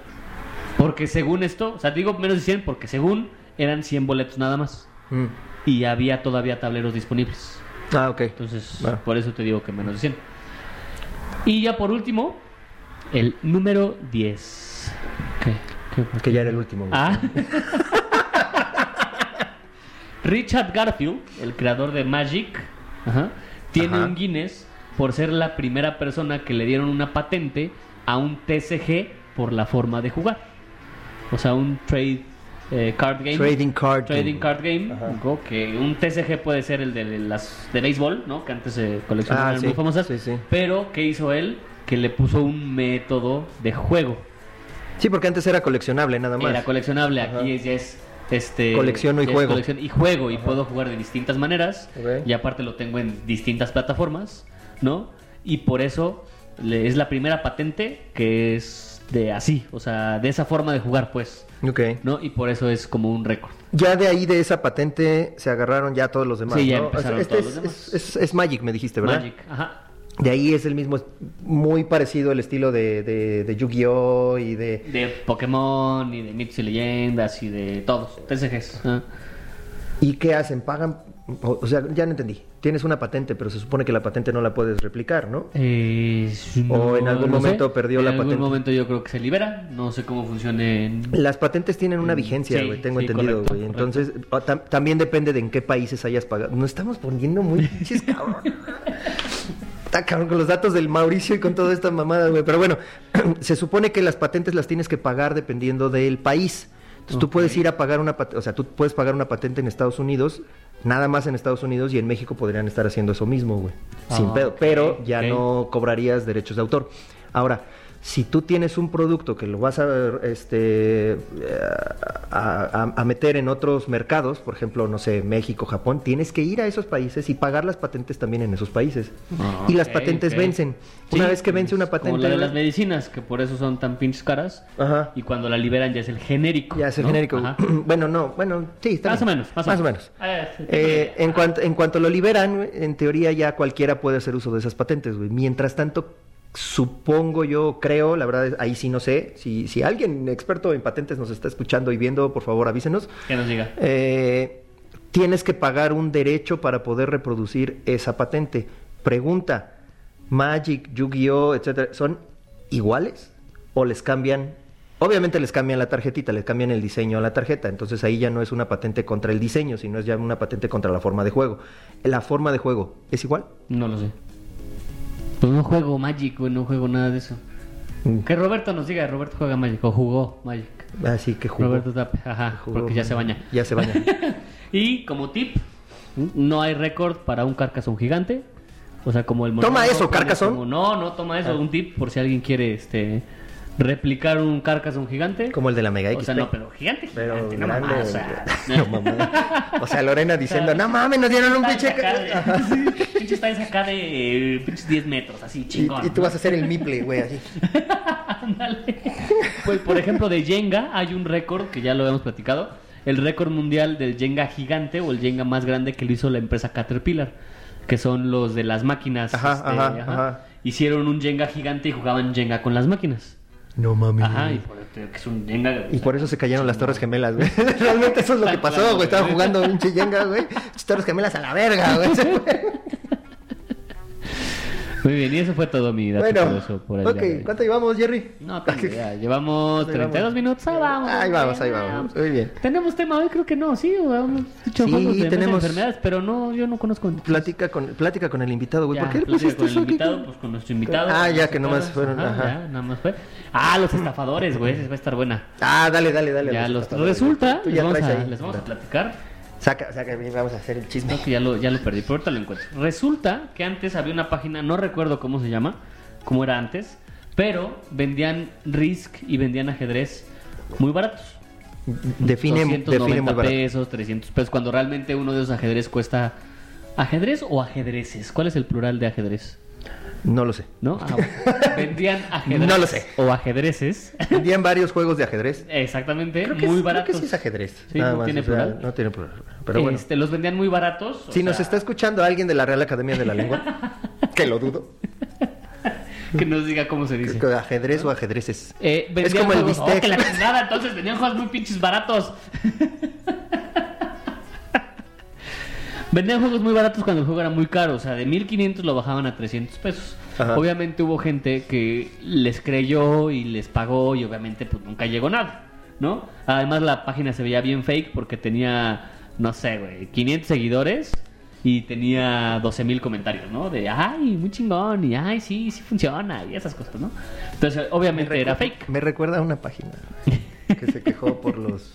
Porque según esto, o sea, digo menos de 100 porque según eran 100 boletos nada más.
Mm.
Y había todavía tableros disponibles.
Ah, ok.
Entonces,
Ah.
por eso te digo que menos de 100. Y ya por último, el número 10. ¿Qué? ¿Qué? por
Que
qué?
ya era el último, güey.
Ah. (laughs) Richard Garfield, el creador de Magic, ajá, tiene
Ajá.
un Guinness por ser la primera persona que le dieron una patente a un TCG por la forma de jugar. O sea, un trade eh, card game.
Trading card
Trading
game.
card game.
Ajá.
go- Que un TCG puede ser el de las de béisbol, ¿no? Que antes se coleccionaban
Ah,
eran
sí,
muy famosas.
sí, sí.
Pero ¿qué hizo él? Que le puso un método de juego.
Sí, porque antes era coleccionable, nada más.
Era coleccionable,
Ajá.
aquí es, ya es este
Colecciono y
ya es
juego.
colección y juego y puedo jugar de distintas maneras
Ok.
y aparte lo tengo en distintas plataformas, ¿no? Y por eso le- es la primera patente que es de así, o sea, de esa forma de jugar pues,
Ok.
¿no? Y por eso es como un récord.
Ya de ahí, de esa patente, se agarraron ya todos los demás.
Sí, ya
¿no?
empezaron
este
todos
es,
los demás.
Es, es- es Magic, me dijiste, ¿verdad?
Magic, ajá.
De ahí es el mismo, es muy parecido el estilo de, de, de Yu-Gi-Oh! y de.
De Pokémon y de mitos y leyendas y de todos, TCGs. ajá.
¿Y qué hacen? ¿Pagan O, o sea, ya no entendí. Tienes una patente, pero se supone que la patente no la puedes replicar, ¿no?
Eh,
O en algún momento
sé.
perdió la
En
patente.
algún momento yo creo que se libera. No sé cómo funcione en-
Las patentes tienen una vigencia,
sí,
güey, tengo
sí,
entendido,
correcto,
güey.
correcto.
Entonces, o tam- también depende de en qué países hayas pagado. Nos estamos poniendo muy pinches,
(laughs)
cabrón. Está cabrón con los datos del Mauricio y con toda esta mamada, güey. Pero bueno, (clears throat) se supone que las patentes las tienes que pagar dependiendo del país. Entonces tú puedes ir a pagar una patente, o sea, tú puedes pagar una patente en Estados Unidos, nada más en Estados Unidos y en México podrían estar haciendo eso mismo, güey. Sin
Ah,
pedo,
ok,
pero ya
ok.
no cobrarías derechos de autor. Ahora, si tú tienes un producto que lo vas a, este, eh, a, a- a meter en otros mercados, por ejemplo, no sé, México, Japón, tienes que ir a esos países y pagar las patentes también en esos países.
Ah,
y las
ok,
patentes
ok.
vencen. Una
Sí,
vez que vence una
es
patente...
Como la de las medicinas, que por eso son tan pinches caras.
Ajá.
Y cuando la liberan ya es el genérico.
Ya es el
¿no?
genérico.
Ajá.
(clears throat) Bueno, no, bueno, sí, está
Más o
bien.
menos, más o menos. Ah, sí, tengo
(laughs) Eh,
idea.
en, cuanto, en cuanto lo liberan, en teoría ya cualquiera puede hacer uso de esas patentes, güey. Mientras tanto, supongo yo, creo, la verdad, es- ahí sí no sé. Si, si alguien experto en patentes nos está escuchando y viendo, por favor avísenos.
Que nos diga.
Eh, tienes que pagar un derecho para poder reproducir esa patente. Pregunta: Magic, Yu-Gi-Oh, etcétera, ¿son iguales? ¿O les cambian? Obviamente les cambian la tarjetita, les cambian el diseño a la tarjeta. Entonces ahí ya no es una patente contra el diseño, sino es ya una patente contra la forma de juego. ¿La forma de juego es igual?
No lo sé. Pues no juego Magic, güey, no juego nada de eso.
Mm.
Que Roberto nos diga, Roberto juega Magic o jugó Magic.
Así que jugó.
Roberto Tape, ajá,
Jugó,
porque ya se baña.
Ya se
(laughs)
baña.
Y como tip, no hay récord para un carcasón gigante. O sea, como el
Toma
monólogo
eso, Ah.
pones
Carcassonne.
como- no, no toma eso, un tip por si alguien quiere este replicar un carcasón gigante.
Como el de la Mega X.
o sea, no, pero gigante,
Pero
gigante, no
grande,
mamá, o sea,
(laughs) no mames. O sea, Lorena diciendo, no mames, nos dieron un pinche...
Acá de-
Ajá.
(laughs) Pinche está acá de eh, pinches 10 metros, así
Y,
chingón.
y tú vas a hacer el miple, güey, así.
Ándale. Pues por ejemplo de Jenga hay un récord que ya lo habíamos platicado, el récord mundial del Jenga gigante o el Jenga más grande que lo hizo la empresa Caterpillar, que son los de las máquinas. este,
Ajá, ajá, ajá.
Hicieron un Jenga gigante y jugaban Jenga con las máquinas.
No mames.
Ajá, y por, que es un Jenga.
Y por eso se cayeron las Torres Gemelas,
(laughs)
güey. (laughs) Realmente eso es lo que pasó, güey. Estaban jugando un Yenga, güey. Las Torres Gemelas a la verga,
(laughs)
güey. Se (laughs) fue.
Muy bien, y eso fue todo mi dato
Bueno,
curioso por el día de
ok.
hoy.
¿Cuánto llevamos, Jerry?
No,
(laughs)
tengo idea. llevamos
Ahí
32
vamos.
minutos. Ahí vamos.
Ahí vamos, ahí vamos. Muy bien.
Tenemos tema hoy, creo que no, sí, o hemos dicho
Sí,
juegos de mesa,
tenemos-
enfermedades, pero no, yo no conozco.
Plática con, plática con el invitado, güey.
Ya,
Pues, ¿Por qué le
plática
pusiste
con el
eso aquí?
invitado, pues con nuestro invitado.
Ah,
con
ya,
los
que nomás
invitados,
fueron, ajá.
ya, nada más fue. Ah, los estafadores, güey, esa va a estar buena.
Ah, dale, dale, dale.
ya
los
los
tapadores.
resulta,
Tú
les
ya
vamos,
traes
a,
ahí.
les vamos a platicar.
Saca, saca, vamos a hacer el chisme.
Creo que ya lo, ya lo perdí, pero ahorita lo encuentro. Resulta que antes había una página, no recuerdo cómo se llama, cómo era antes, pero vendían Risk y vendían ajedrez muy baratos.
Define, define muy
290
barato.
pesos, 300 pesos, cuando realmente uno de esos ajedrez cuesta... ¿Ajedrez o ajedrezes? ¿Cuál es el plural de ajedrez?
No lo sé.
¿No? Ah, bueno. (laughs) Vendían ajedrez
No lo sé.
o ajedrezes.
Vendían varios juegos de ajedrez.
Exactamente,
Creo que,
muy
es, creo que
baratos.
sí es ajedrez.
Sí, no tiene
o sea,
plural.
No tiene plural. Pero bueno.
Este, los vendían muy baratos. o
Si nos
sea,
está escuchando alguien de la Real Academia de la
(laughs)
Lengua, que lo dudo,
Que nos diga cómo se dice.
que ajedrez o ajedrezes.
Eh,
es
vendían
como el
juegos- ¡Oh,
bistec.
que la chingada! Entonces vendían juegos muy pinches baratos. (laughs) vendían juegos muy baratos cuando el juego era muy caro. O sea, de 1500 lo bajaban a 300 pesos.
Ajá.
Obviamente hubo gente que les creyó y les pagó y obviamente pues nunca llegó nada, ¿no? Además la página se veía bien fake porque tenía, no sé, güey, 500 seguidores. Y tenía 12.000 comentarios, ¿no? De, ay, muy chingón, y ay, sí, sí funciona, y esas cosas, ¿no? Entonces, obviamente era fake.
Me recuerda a una página que se quejó por los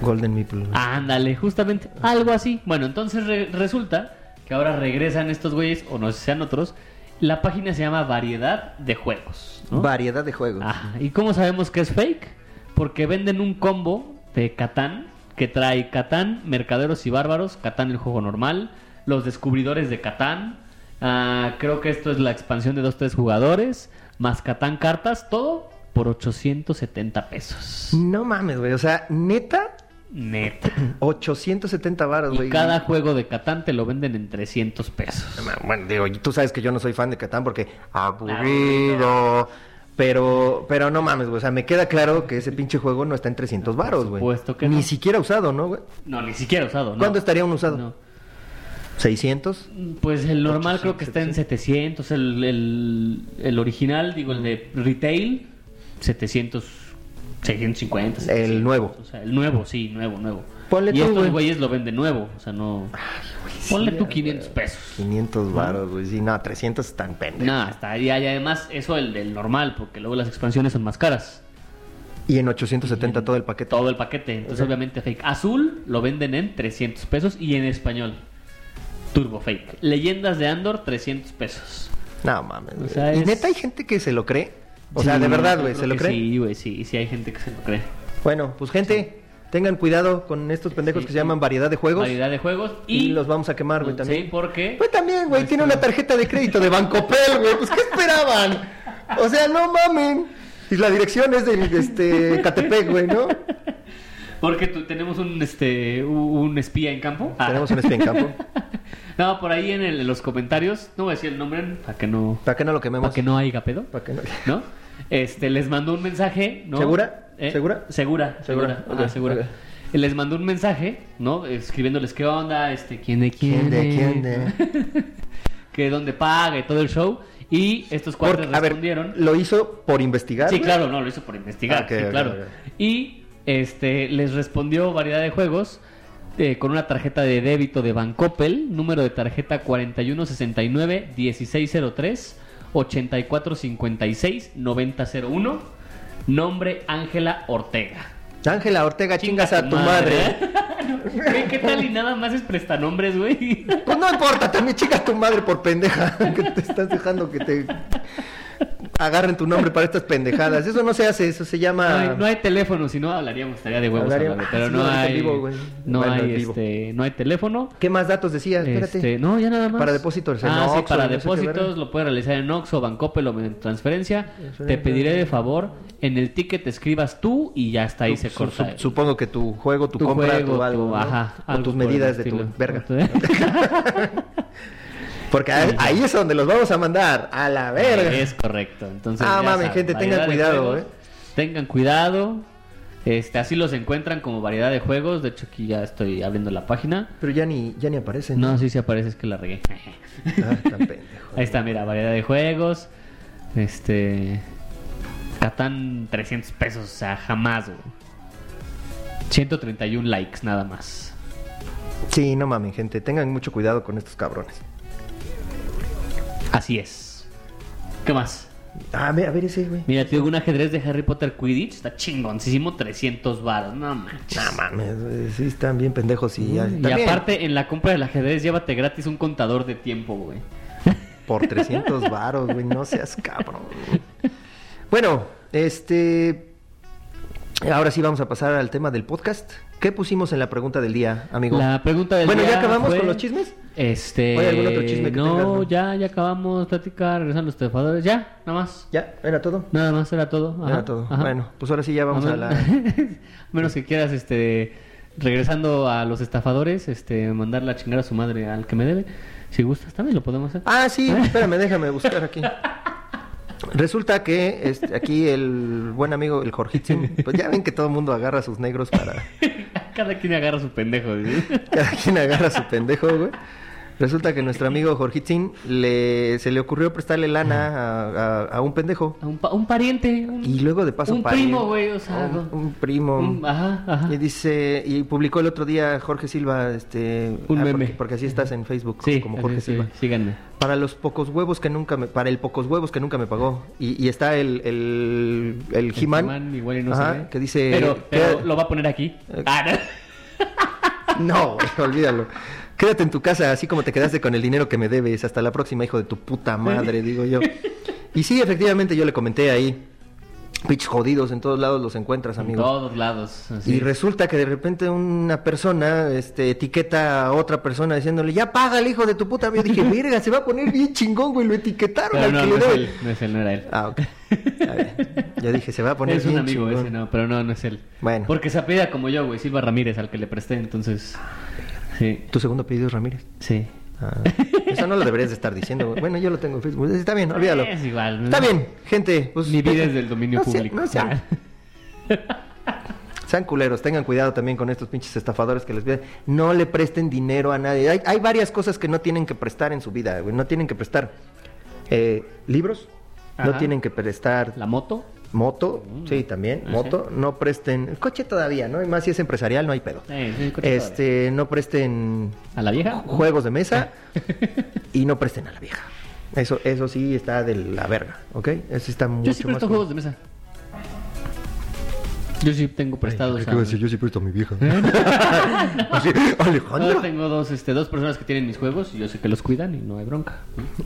Golden Meeple.
Ah, Ándale, justamente, algo así. Bueno, entonces re- resulta que ahora regresan estos güeyes, o no sé si sean otros. La página se llama Variedad de Juegos. ¿no? Ah.
Variedad de juegos.
Ajá, ¿Y cómo sabemos que es fake? Porque venden un combo de Catán que trae Catán, Mercaderos y Bárbaros, Catán el juego normal, los descubridores de Catán, ah, creo que esto es la expansión de 2-3 jugadores, más Catán cartas, todo por 870 pesos.
No mames, güey. O sea, neta,
Neta.
870 varas,
Y
güey.
cada juego de Catán te lo venden en 300 pesos.
Bueno, digo, tú sabes que yo no soy fan de Catán porque aburrido. Pero, pero no mames, güey. O sea, me queda claro que ese pinche juego no está en 300 varos, güey.
supuesto que
Ni
no.
siquiera usado, ¿no, güey?
No, ni siquiera usado. ¿no?
¿Cuándo estaría un usado?
No.
¿600?
Pues el normal creo que está en 700, el, el, el original, digo, el de retail, 700, 650.
El
700,
nuevo.
O sea, el nuevo, sí, nuevo, nuevo.
Ponle
y
tú,
estos
güey.
güeyes lo venden nuevo, o sea, no... Ponle tú 500 pesos.
500 varos, güey. Sí, no, 300 están pendejos.
Nada, está ahí. Y además, eso el del normal, porque luego las expansiones son más caras.
Y en 870 todo el paquete.
Todo el paquete. Entonces, obviamente, fake. Azul lo venden en 300 pesos y en español. Turbo fake. Leyendas de Andor, 300 pesos.
No mames. güey.
sea,
¿Y
es-
neta hay gente que se lo cree? O
Sí,
sea, de verdad,
yo
güey,
creo
¿se lo
que
cree?
Sí, güey, sí, sí hay gente que se lo cree.
Bueno, pues gente, tengan cuidado con estos pendejos
Sí,
que se
sí.
llaman variedad de juegos.
Variedad de juegos
Y
y...
los vamos a quemar, güey, también.
Sí, porque...
Pues también, güey, tiene una tarjeta de crédito de Bancopel, güey.
(laughs)
Pues, ¿qué esperaban? O sea, no mamen. Y la dirección es del este, Catepec, güey, ¿no?
Porque tú- tenemos un este un espía en campo. Ah.
Tenemos un espía en campo.
(laughs) no, por ahí en, el- en los comentarios, no voy a decir el nombre para que no
¿Para qué no lo quememos?
para que no haya pedo.
¿Para qué no?
¿no? Este, les mandó un mensaje, ¿no?
¿Segura?
¿Eh?
¿Segura?
Segura,
Segura,
segura,
ok,
ajá, segura.
ok.
Les mandó un mensaje, ¿no? Escribiéndoles qué onda, este, quién de
¿Quién
quién,
de
es?
quién de?
que dónde paga y todo el show. Y estos cuatro
Porque, a ver,
respondieron.
lo hizo por investigar.
Sí,
güey?
claro, no, lo hizo por investigar,
Ah, Ok,
sí,
ok,
claro.
ok.
Y este les respondió variedad de juegos eh, con una tarjeta de débito de Bancoppel, número de tarjeta 4169 1603 8456 9001, nombre Ángela Ortega.
Ángela Ortega, chingas a tu madre.
(laughs) ¿eh? ¿Qué tal y nada más es prestanombres, güey?
Pues no importa, también chingas a tu madre por pendeja. (laughs) Que te estás dejando que te agarren tu nombre para estas pendejadas. Eso no se hace, eso se llama.
No hay, no hay teléfono, si no hablaríamos, estaría de huevos
Hablaríamos. Ah,
hablarle,
sí,
pero no
lo dije en
hay,
vivo, güey.
no,
Bueno,
hay
en vivo.
este, no hay teléfono.
¿Qué más datos decías? Espérate.
Este, no, ya nada más.
Para depósitos en
Ah, sí,
Oxxo,
para
no sé qué verga.
depósitos lo puede realizar en Oxxo, Bancopel o en transferencia.
Eso
Te
es,
pediré
ya.
de favor en el ticket escribas tú y ya está ahí se
Su-
corta.
su-
el-
supongo que tu juego, tu, compra,
juego,
tu algo.
tu-
¿no?
ajá,
O
algo
tus
por el
medidas de tu
estilo. (laughs)
verga.
O
Porque a-
Sí, ya.
ahí es donde los vamos a mandar. A la verga.
Es correcto. Entonces,
Ah,
ya
mames,
saben,
gente, tengan
variedad de
cuidado,
juegos,
eh.
Tengan cuidado. Este, así los encuentran como variedad de juegos. De hecho, aquí ya estoy abriendo la página.
Pero ya ni, ya ni aparecen.
No, sí, sí aparece, es que la regué. (laughs)
Ah, tan pendejo.
Ahí está, mira, variedad de juegos. Este. Catán 300 pesos, o sea, jamás, güey. 131 likes nada más.
Sí, no mamen, gente. Tengan mucho cuidado con estos cabrones.
Así es. ¿Qué más?
Ah, ve- a ver ese, güey.
Mira, te digo un ajedrez de Harry Potter Quidditch. Está chingoncísimo, 300 varos. No manches.
No mames, güey, sí están bien pendejos y, ya-
Mm, y
también
aparte, en la compra del ajedrez, llévate gratis un contador de tiempo, güey.
por 300 varos, güey, no seas cabrón. Bueno, este ahora sí vamos a pasar al tema del podcast. ¿Qué pusimos en la pregunta del día, amigo?
La pregunta del
bueno,
día
¿ya acabamos
fue-
con los chismes?
Este.
¿O hay algún otro chisme que
no,
tengas, no?
ya, ya acabamos. Plática, regresan los tefadores. Ya, nada más.
¿Ya? ¿Era todo?
Nada más era todo. Ajá,
Era todo.
ajá.
Bueno, pues ahora sí ya vamos a
men-
la
(laughs) menos que quieras, este. Regresando a los estafadores, este. Mandar la chingar a su madre al que me debe. Si gustas, también lo podemos hacer.
Ah, sí, espérame, déjame buscar aquí. Resulta que este, aquí el buen amigo, el Jorgitsin, pues ya ven que todo el mundo agarra a sus negros para, (laughs)
(laughs) Cada quien agarra su pendejo. dice.
Cada quien agarra su pendejo, güey. Resulta que nuestro amigo Jorgitín le, se le ocurrió prestarle lana a, a- a un pendejo.
A (laughs) un, pa- un pariente. un-
Y luego de paso
Un
pariente.
primo, güey, o sea.
Un,
no-
un primo.
un- ajá, ajá.
Y dice, y publicó el otro día Jorge Silva, este...
Un meme.
Porque, porque así estás en Facebook,
Sí,
como
así
Jorge
es, sí,
Silva.
síganme.
Para los pocos huevos que nunca me... Para el pocos huevos que nunca me pagó. Y, y está el... El, el
El
He-Man.
Este, He-Man igual y no
Ajá,
se ve.
que dice...
Pero, pero
"Queda-
lo va a poner aquí. Ah, no.
(laughs) No, güey, olvídalo. Quédate en tu casa, así como te quedaste con el dinero que me debes. Hasta la próxima, hijo de tu puta madre, digo yo. Y sí, efectivamente, yo le comenté ahí. Pitch jodidos, en todos lados los encuentras,
En
amigo.
todos lados. así
Y
es.
resulta que de repente una persona este, etiqueta a otra persona diciéndole, ya paga el hijo de tu puta. madre". Yo
(laughs)
dije, verga, se va a poner bien chingón, güey, lo etiquetaron
Pero
al
no,
que
no
le
es
debe".
él, no es él, no era él.
Ah, ok. Está bien. Yo dije, se va a poner
es un
bien
amigo
chingón".
ese, no, pero no, no es él.
Bueno.
Porque se apellida como yo, güey, Silva Ramírez, al que le presté, entonces. Sí,
Tu segundo apellido es Ramírez.
sí.
Ah, eso no lo deberías de estar diciendo. güey. Bueno, yo lo tengo en Facebook. Está bien, olvídalo.
Es igual, ¿no?
Está bien, gente. pues-
Mi vida es del dominio
No sea-
público.
no sea-
Ah.
Sean culeros, tengan cuidado también con estos pinches estafadores que les piden. No le presten dinero a nadie. Hay, hay varias cosas que no tienen que prestar en su vida, güey. No tienen que prestar eh, libros, no
Ajá.
tienen que prestar
(laughs) ¿La Mm. moto?
moto, sí, también,
Ajá.
moto. No presten. El coche todavía, ¿no? Y más si es empresarial, no hay pedo.
Eh, sí, coche todavía. Ah.
Este, no presten
¿A la vieja?
juegos de mesa y no presten a la vieja. Eso, eso sí está de la verga, ¿ok? Eso está mucho
(laughs) Yo sí
más
presto
cool.
juegos de mesa. Yo sí tengo prestados.
¿Qué
a-
iba a decir? Yo sí presto a mi vieja.
¿Eh?
(laughs) Así,
Ahora
Alejandro.
tengo dos, este, dos personas que tienen mis juegos y yo sé que los cuidan y no hay bronca.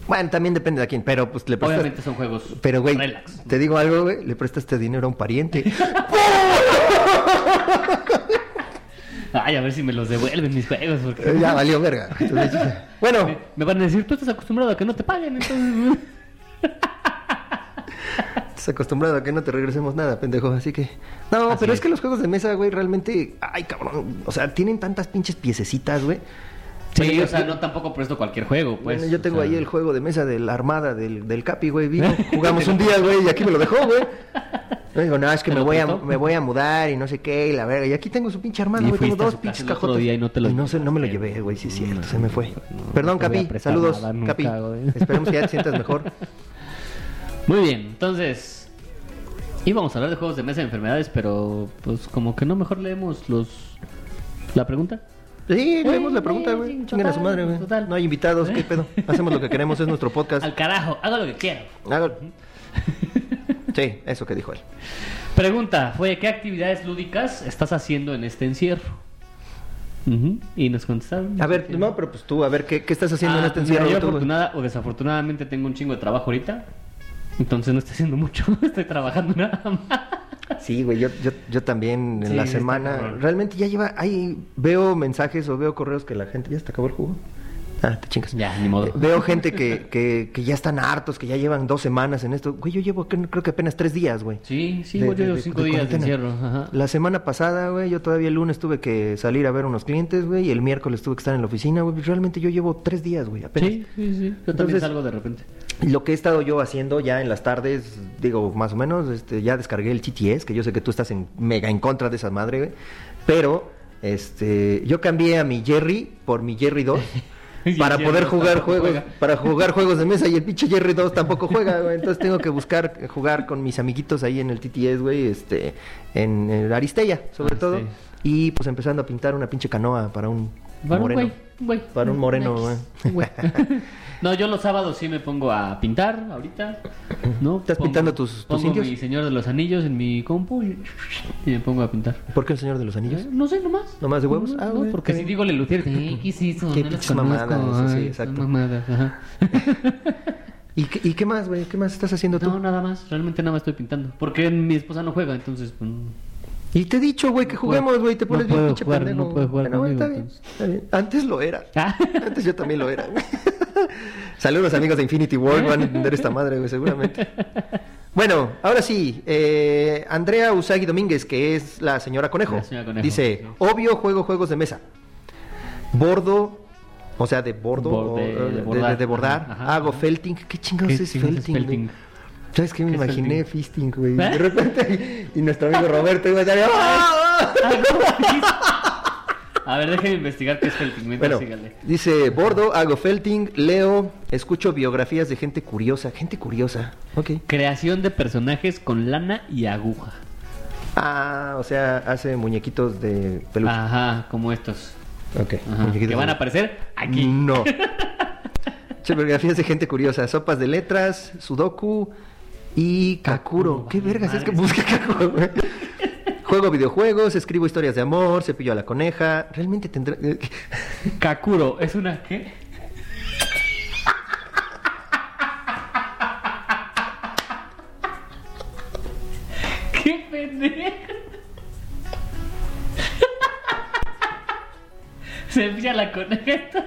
Bueno, también depende de a quién, pero pues le prestas.
Obviamente son juegos
Pero güey,
relax.
te digo algo, güey, le prestaste dinero a un pariente.
Ay, a ver si me los devuelven mis juegos. Porque...
Eh, ya valió verga. Entonces, bueno,
Me, me van a decir, tú estás acostumbrado a que no Pues, te paguen,
(laughs)
entonces...
estás acostumbrado a que no te regresemos nada, pendejo, así que No,
Así
pero es.
es.
que los juegos de mesa, güey, realmente ay, cabrón, o sea, tienen tantas pinches piececitas, güey.
Sí,
Bueno,
o sea,
yo-
no tampoco presto cualquier juego, pues.
bueno, yo
o
tengo
sea,
ahí el juego de mesa de la armada del, del Capi, güey.
(laughs)
Vino, jugamos un día, güey, y aquí me lo dejó, güey. No digo, no, es que
¿Te
me
lo
voy, a,
prestó?
me voy a mudar y no sé qué, y la verga. Y aquí tengo su pinche armada,
Y
güey. Tengo
fuiste a
dos
su casa
pinches
el otro
cajotas.
día y no te lo
Y no, se- no me lo
llevaste.
llevé, güey, sí es cierto,
No,
se me fue.
no
Perdón,
te voy a
Capi,
prestar
saludos.
nada nunca,
Capi,
güey.
(laughs) esperemos que ya te sientas mejor.
Muy bien, entonces... Íbamos a hablar de juegos de mesa de enfermedades, pero pues como que no mejor leemos los... ¿La pregunta?
Sí, leemos la pregunta,
eh,
güey.
sí,
Chingan a su
total,
madre, güey.
total. ¿Eh?
No hay invitados, qué pedo. Hacemos lo que queremos, es nuestro podcast.
Al carajo, hago lo que quiero.
Haga- Sí, eso que dijo él.
Pregunta fue, ¿qué actividades lúdicas estás haciendo en este encierro? Ujú, Y nos contestaron.
A ver, no, pero pues tú, a ver, ¿qué, qué estás haciendo
Ah,
en este
pues mira,
encierro?
Yo
tú, güey?
afortunada o desafortunadamente tengo un chingo de trabajo ahorita. Entonces no estoy haciendo mucho, (laughs) estoy trabajando nada más.
Sí, güey, yo, yo, yo también en
Sí,
la
está
semana.
cabrón.
Realmente ya lleva. Ahí veo mensajes o veo correos que la gente. ¿Ya se te acabó el jugo? Ah, te chingas.
Ya, ni modo.
Eh, Veo gente que, que, que ya están hartos, que ya llevan dos semanas en esto. Güey, yo llevo que- creo que apenas tres días, güey.
Sí, sí,
De-
güey, yo
de-
llevo
de-
cinco
de
días de
cuarentena.
encierro. ajá.
La semana pasada, güey, yo todavía el lunes tuve que salir a ver unos clientes, güey, y el miércoles tuve que estar en la oficina, güey. Realmente yo llevo tres días, güey, apenas.
Sí, sí, sí. Yo también
Entonces-
salgo de repente.
Lo que he estado yo haciendo ya en las tardes, digo, más o menos, este, ya descargué el TTS, que yo sé que tú estás en, mega en contra de esa madre, güey. Pero, este, yo cambié a mi Jerry por mi Jerry 2
(laughs) Y el
para
Jerry
poder
2
jugar
tampoco
juegos,
juega.
para jugar juegos de mesa y el pinche Jerry 2
(laughs)
tampoco juega, güey. Entonces tengo que buscar jugar con mis amiguitos ahí en el TTS, güey, este, en, el Aristella, sobre
Ah,
todo.
sí.
Y pues empezando a pintar una pinche canoa para un
Para un
moreno.
güey, un güey.
Para un moreno, güey.
Un güey. (laughs) No, yo los sábados sí me pongo a pintar ahorita. ¿no?
¿Estás
Pongo-
pintando tus- tus
pongo
indios?
mi señor de los anillos en mi compu y, y me pongo a pintar.
¿Por qué el Señor de los Anillos?
¿Eh? No sé, nomás.
¿Nomás de huevos?
No,
Ah,
no,
güey,
porque
está
si
bien.
digo Le Luthier, ¿qué, ¿qué es eso?
Qué
no las
pinches mamadas,
conozco,
sí,
ay,
exacto.
son mamadas, (laughs) ajá.
¿Y qué, y qué más, güey? ¿Qué más estás haciendo tú?
No, nada más. Realmente nada más estoy pintando. Porque mi esposa no juega, entonces... pues, (laughs)
Y te he dicho, güey, que juguemos, güey, te
No
pones bien
puedo
pinche
jugar,
pendejo.
no puedo jugar
Bueno,
conmigo,
está bien,
entonces.
está bien. Antes lo era.
Ah.
Antes yo también lo
(laughs)
era. Saludos, amigos de Infinity War, van a entender esta madre, güey, seguramente. Bueno, ahora sí, eh, Andrea Usagi Domínguez, que es la señora Conejo,
La señora Conejo,
dice,
sí.
obvio juego juegos de mesa. Bordo, o sea, de bordo,
Borde-
o, eh,
de
de,
bordar.
de- de bordar,
Ajá, ajá,
hago
ajá.
felting. ¿Qué chingados
¿Qué
es
chingados es
felting? güey?
felting?
¿Sabes qué? Me
¿Qué es
imaginé
felting?
fisting, güey. De
¿Eh?
repente, (laughs) y nuestro amigo Roberto iba a salir, ¡ah!
A ver, déjenme investigar qué es el pigmento.
Bueno,
síganle.
dice Bordo, hago felting, leo, escucho biografías de gente curiosa, gente curiosa. Ok.
Creación de personajes con lana y aguja.
Ah, o sea, hace muñequitos de peluche.
Ajá, como estos.
ok.
Ah. Ajá,
muñequitos
que van a
de-
aparecer aquí. (laughs)
No. Che, biografías de gente curiosa, sopas de letras, sudoku y kakuro.
Kakuro,
¿Qué
vale,
vergas es que
madres.
busca kakuro? güey? Juego videojuegos, escribo historias de amor, cepillo a la coneja. Realmente eh, tendré...
Kakuro, ¿es una qué? ¡Qué pendejo! Se pilla la conecta.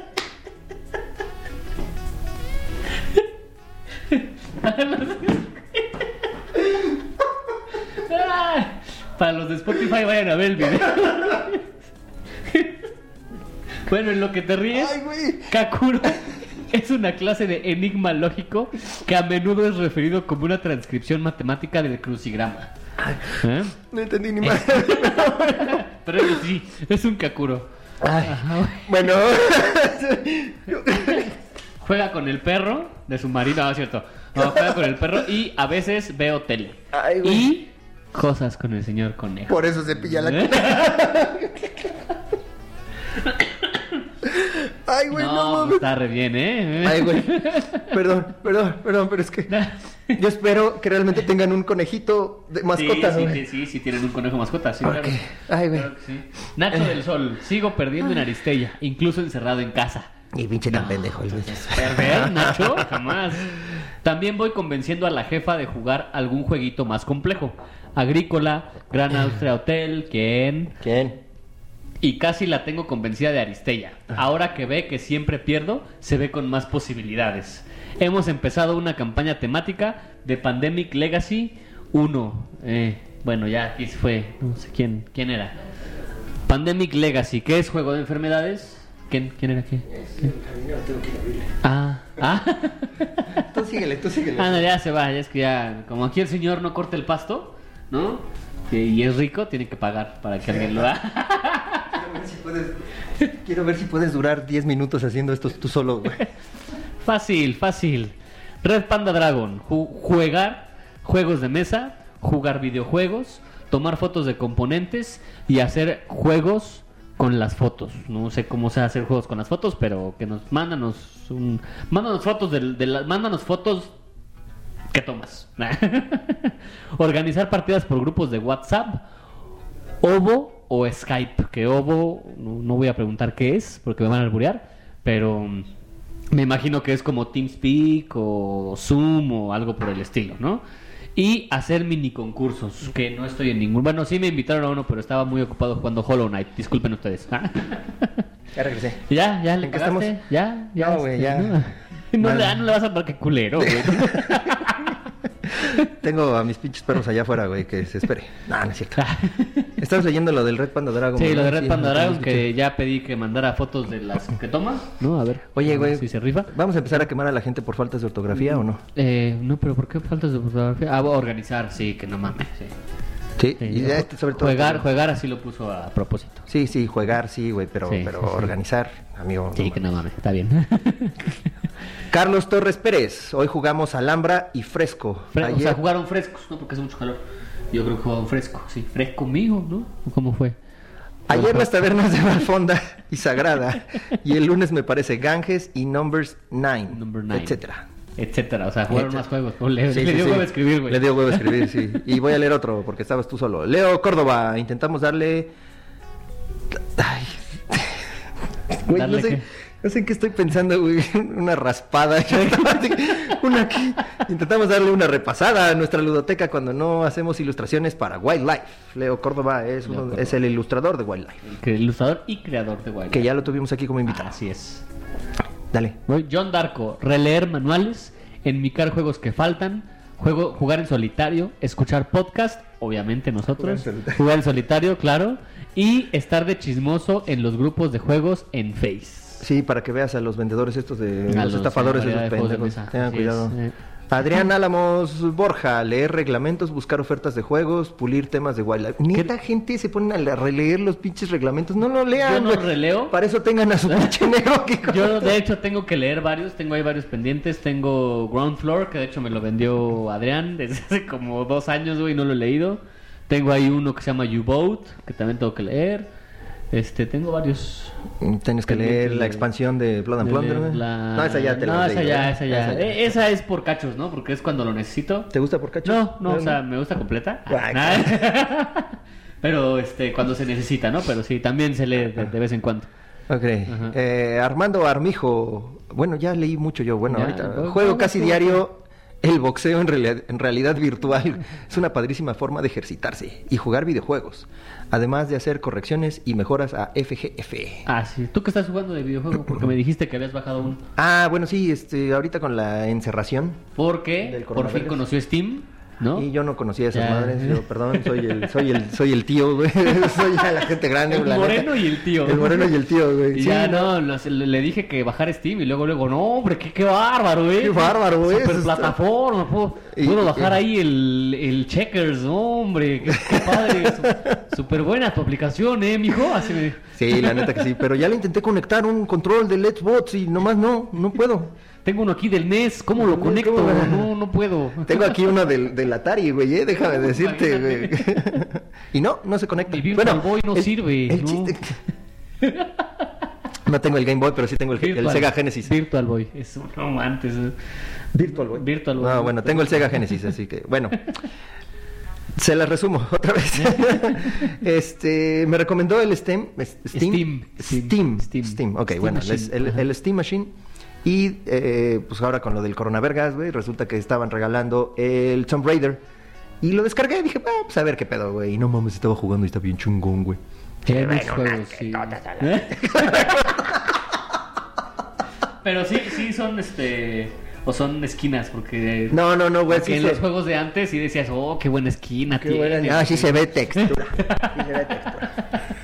Para los de Spotify vayan a ver el video. Bueno, en lo que te ríes,
(laughs) Ay, güey.
Kakuro es una clase de enigma lógico que a menudo es referido como una transcripción matemática del crucigrama. ¿Eh?
No entendí ni más.
Pero eso sí, es un Kakuro.
bueno,
Juega con el perro de su marido, no, es cierto. No, juega con el perro y a veces veo tele.
Ay, güey.
y cosas con el señor conejo.
por eso se pilla la
¿Eh?
Ay, (laughs) güey, no,
no, pues,
mames.
está re bien, ¿eh?
Ay,
(laughs)
güey. Perdón, perdón, perdón, pero es que yo espero que realmente tengan un conejito de mascota,
sí,
güey.
sí, sí, sí, tienen un conejo mascota, sí, claro.
Ok. Ay, güey. Ah.
Claro que sí. Nacho del Sol, sigo perdiendo en Aristella, incluso encerrado en casa.
Y pinche tan pendejo, el güey. (laughs)
Perder, Nacho, jamás. También voy convenciendo a la jefa de jugar algún jueguito más complejo. Agrícola, Gran Austria Hotel, ¿quién?
¿Quién?
Y casi la tengo convencida de Aristella. Ahora que ve que siempre pierdo, se ve con más posibilidades. Hemos empezado una campaña temática de Pandemic Legacy 1. Eh, bueno, ya aquí se fue. No sé quién, quién era. Pandemic Legacy, ¿qué es juego de enfermedades? ¿Quién, quién era qué? Ah, ah.
Tú síguele, tú síguele.
Ah, no, ya se va, ya es que ya, como aquí el señor no corta el pasto, ¿no? Y- Y es rico, tiene que pagar para que alguien lo haga.
Quiero ver si puedes- Quiero ver si puedes durar 10 minutos haciendo esto tú solo, güey.
Fácil, fácil. Red Panda Dragon, ju- jugar juegos de mesa, jugar videojuegos, tomar fotos de componentes y hacer juegos con las fotos. No sé cómo se hacer juegos con las fotos, pero que nos mándanos un mándanos fotos del de la- mándanos fotos que tomas. (laughs) Organizar partidas por grupos de WhatsApp, Ovo o Skype, que Ovo no, no voy a preguntar qué es porque me van a alburear, pero mm, me imagino que es como TeamSpeak o Zoom o algo por el estilo, ¿no? Y hacer mini concursos, que no estoy en ningún... Bueno, sí me invitaron a uno, pero estaba muy ocupado jugando Hollow Knight, disculpen ustedes. (laughs)
Ya regresé.
ya, ya, le
¿En qué estamos?
cagaste, ya, ya. este,
No, güey, ya.
No, (laughs) No le,
Nada.
ah, no le vas a marcar
(laughs)
culero, güey.
Tengo a mis pinches perros allá afuera, güey, que se espere. No, no es
(laughs)
cierto. Estabas leyendo lo del Red Panda Dragon.
Sí, lo de
¿verdad?
Red Panda
lo
Dragon
habíamos
que ya pedí que mandara fotos de las que toma. No, a ver.
Oye, güey.
Si se rifa.
¿Vamos a empezar a quemar a la gente por faltas de ortografía o no?
Eh, no, pero ¿por qué faltas de fotografía? Ah, voy a organizar, sí, que no mames. Sí.
Sí,
Sí,
y
yo-
este, sobre todo.
Jugar, jugar así lo puso a propósito.
Sí, sí, jugar, sí, güey, pero,
Sí,
pero
sí, sí.
organizar, amigo.
Sí,
no
que
mames.
no mames, está bien. (laughs)
Carlos Torres Pérez. Hoy jugamos Alhambra y Fresco.
Fre- O
Ayer-
sea, jugaron frescos, ¿no? Porque hace mucho calor. Yo creo que jugaron fresco, sí. Fresco mío, ¿no? ¿O ¿Cómo fue?
Ayer las tabernas de Valfonda y Sagrada. Y el lunes me parece Ganges y Numbers 9.
Number nine.
Etcétera.
Etcétera, o sea, jugaron
Etcétera.
Ah, más juegos. ¿no? Le,
Sí,
le
sí,
dio
sí.
huevo a escribir, güey.
Le dio huevo a escribir,
(laughs)
sí. Y voy a leer otro porque estabas tú solo. Leo Córdoba. Intentamos darle. Ay. Güey, no
¿Darle
sé,
qué?
no sé en qué estoy pensando, güey. (laughs) Una raspada. (laughs) una aquí. Intentamos darle una repasada a nuestra ludoteca cuando no hacemos ilustraciones para Wildlife. Leo Córdoba es,
Leo
uno-
Córdoba.
es el ilustrador de Wildlife.
Que ilustrador y creador de Wild.
Que ya lo tuvimos aquí como invitado.
Así es.
Dale.
Voy, John Darko, releer manuales, enmicar juegos que faltan, juego, jugar en solitario, escuchar podcast, obviamente
Jugar
nosotros,
en solitario.
jugar en solitario, claro, y estar de chismoso en los grupos de juegos en Face.
Sí, para que veas a los vendedores estos de
A
los
los
estafadores
de
esos
variedad de juegos de
pendejos.
mesa,
Tengan
así
cuidado.
es, eh.
Adrián Álamos Borja, leer reglamentos, buscar ofertas de juegos, pulir temas de wildlife. Neta gente se ponen a releer los pinches reglamentos. No lo lean.
no
güey.
releo.
Para eso tengan a
(laughs)
su pinche negro aquí con-
Yo de hecho tengo que leer varios, tengo ahí varios pendientes, tengo Ground Floor, que de hecho me lo vendió Adrián desde hace como dos años, güey, no lo he leído. Tengo ahí uno que se llama U-Boat, que también tengo que leer. Este, tengo varios.
Tienes que leer la expansión de Blood and
De
Plunder. güey.
Eh, la-
No, esa ya te la
No,
has
esa
leído,
ya,
¿eh?
esa ya.
Esa
Eh, Esa es por cachos, ¿no? Porque es cuando lo necesito.
¿Te gusta por cacho?
No, no, o sea, me gusta completa. Ah,
Ay,
Nada. (laughs) Pero este, cuando se necesita, ¿no? Pero sí, también se lee de, de vez en cuando.
Ok. Eh, Armando Armijo. Bueno, ya leí mucho yo. Bueno,
Ya,
ahorita.
pues,
Juego
vamos,
casi
tú.
diario el boxeo en, reali- en realidad virtual. (laughs) es una padrísima forma de ejercitarse y jugar videojuegos. Además de hacer correcciones y mejoras a FGF.
Ah, sí. ¿Tú que estás jugando de videojuego? Porque me dijiste que habías bajado uno.
Ah, bueno, sí, este, ahorita con la encerración. Del
Porque por fin
coronavirus.
conoció Steam ¿No?
Y yo no conocía esas
Ya.
madres,
(laughs)
yo, perdón, soy el, soy el, soy el tío, güey. (laughs) soy ya la gente grande,
El
la neta.
moreno y el tío.
El moreno y el tío, güey.
Y
Sí,
ya no, los- le dije que bajar Steam y luego, luego, no, hombre, qué, qué bárbaro, ¿eh?
Qué bárbaro, güey, eso
Super
está-
plataforma, puedo,
Y-
puedo
y-
bajar ahí el, el Checkers, no, hombre, qué, qué padre. su- Súper buena tu aplicación, ¿eh, mijo? Así me dijo.
Sí, la neta que sí, pero ya le intenté conectar un control de Let's Bots y nomás no, no puedo.
Tengo uno aquí del NES, ¿cómo lo
¿Cómo
conecto?
va?
No, no puedo.
Tengo aquí una del, del Atari, güey, eh, déjame
No,
decirte, güey.
Oh,
(laughs)
imagínate.
Y no, no se conecta.
Mi Virtual Boy no sirve,
el
¿no?
chiste- (laughs) No tengo el Game Boy, pero sí tengo el, el Sega Genesis.
(laughs) Virtual Boy, es un no, antes. eh.
Virtual Boy.
Virtual Boy.
No, Ah, bueno, tengo el Sega Genesis, así que, bueno. Se las resumo (laughs) otra
(laughs)
vez. este, me recomendó el Steam. es- Steam.
Steam, Steam,
Steam.
Steam.
Steam, Ok,
Steam
bueno, el-
Machine,
el,
ajá.
el Steam Machine. Y eh, pues ahora con lo del coronavergas, güey, resulta que estaban regalando el Tomb Raider. Y lo descargué, dije, "Ah, pues a ver qué pedo, güey. Y no mames, estaba jugando y está bien chungón, güey.
Qué juegos, sí.
¿Eh?
(laughs) Pero sí, sí son este. O son esquinas, porque.
No, no, no, güey.
porque
sí
en
se-
los juegos de antes sí decías, oh, qué buena esquina
qué
tiene.
buena- Ah, sí se ve textura. sí se ve textura.
(laughs)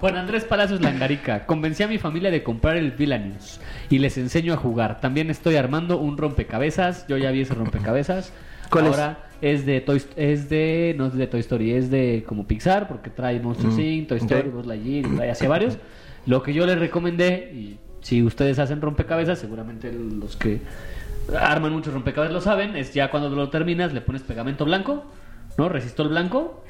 Juan Andrés Palacios Langarica, convencí a mi familia de comprar el Villanius y les enseño a jugar. También estoy armando un rompecabezas. Yo ya vi ese rompecabezas.
¿Cuál es?
Ahora es? de Toy es de no es de Toy Story, es de como Pixar porque trae Monster
Mm,
Inc, Toy Story,
ok.
Buzz Lightyear, y trae hacia varios. Lo que yo les recomendé y si ustedes hacen rompecabezas, seguramente los que arman muchos rompecabezas lo saben, es ya cuando lo terminas le pones pegamento blanco, ¿no? Resistol blanco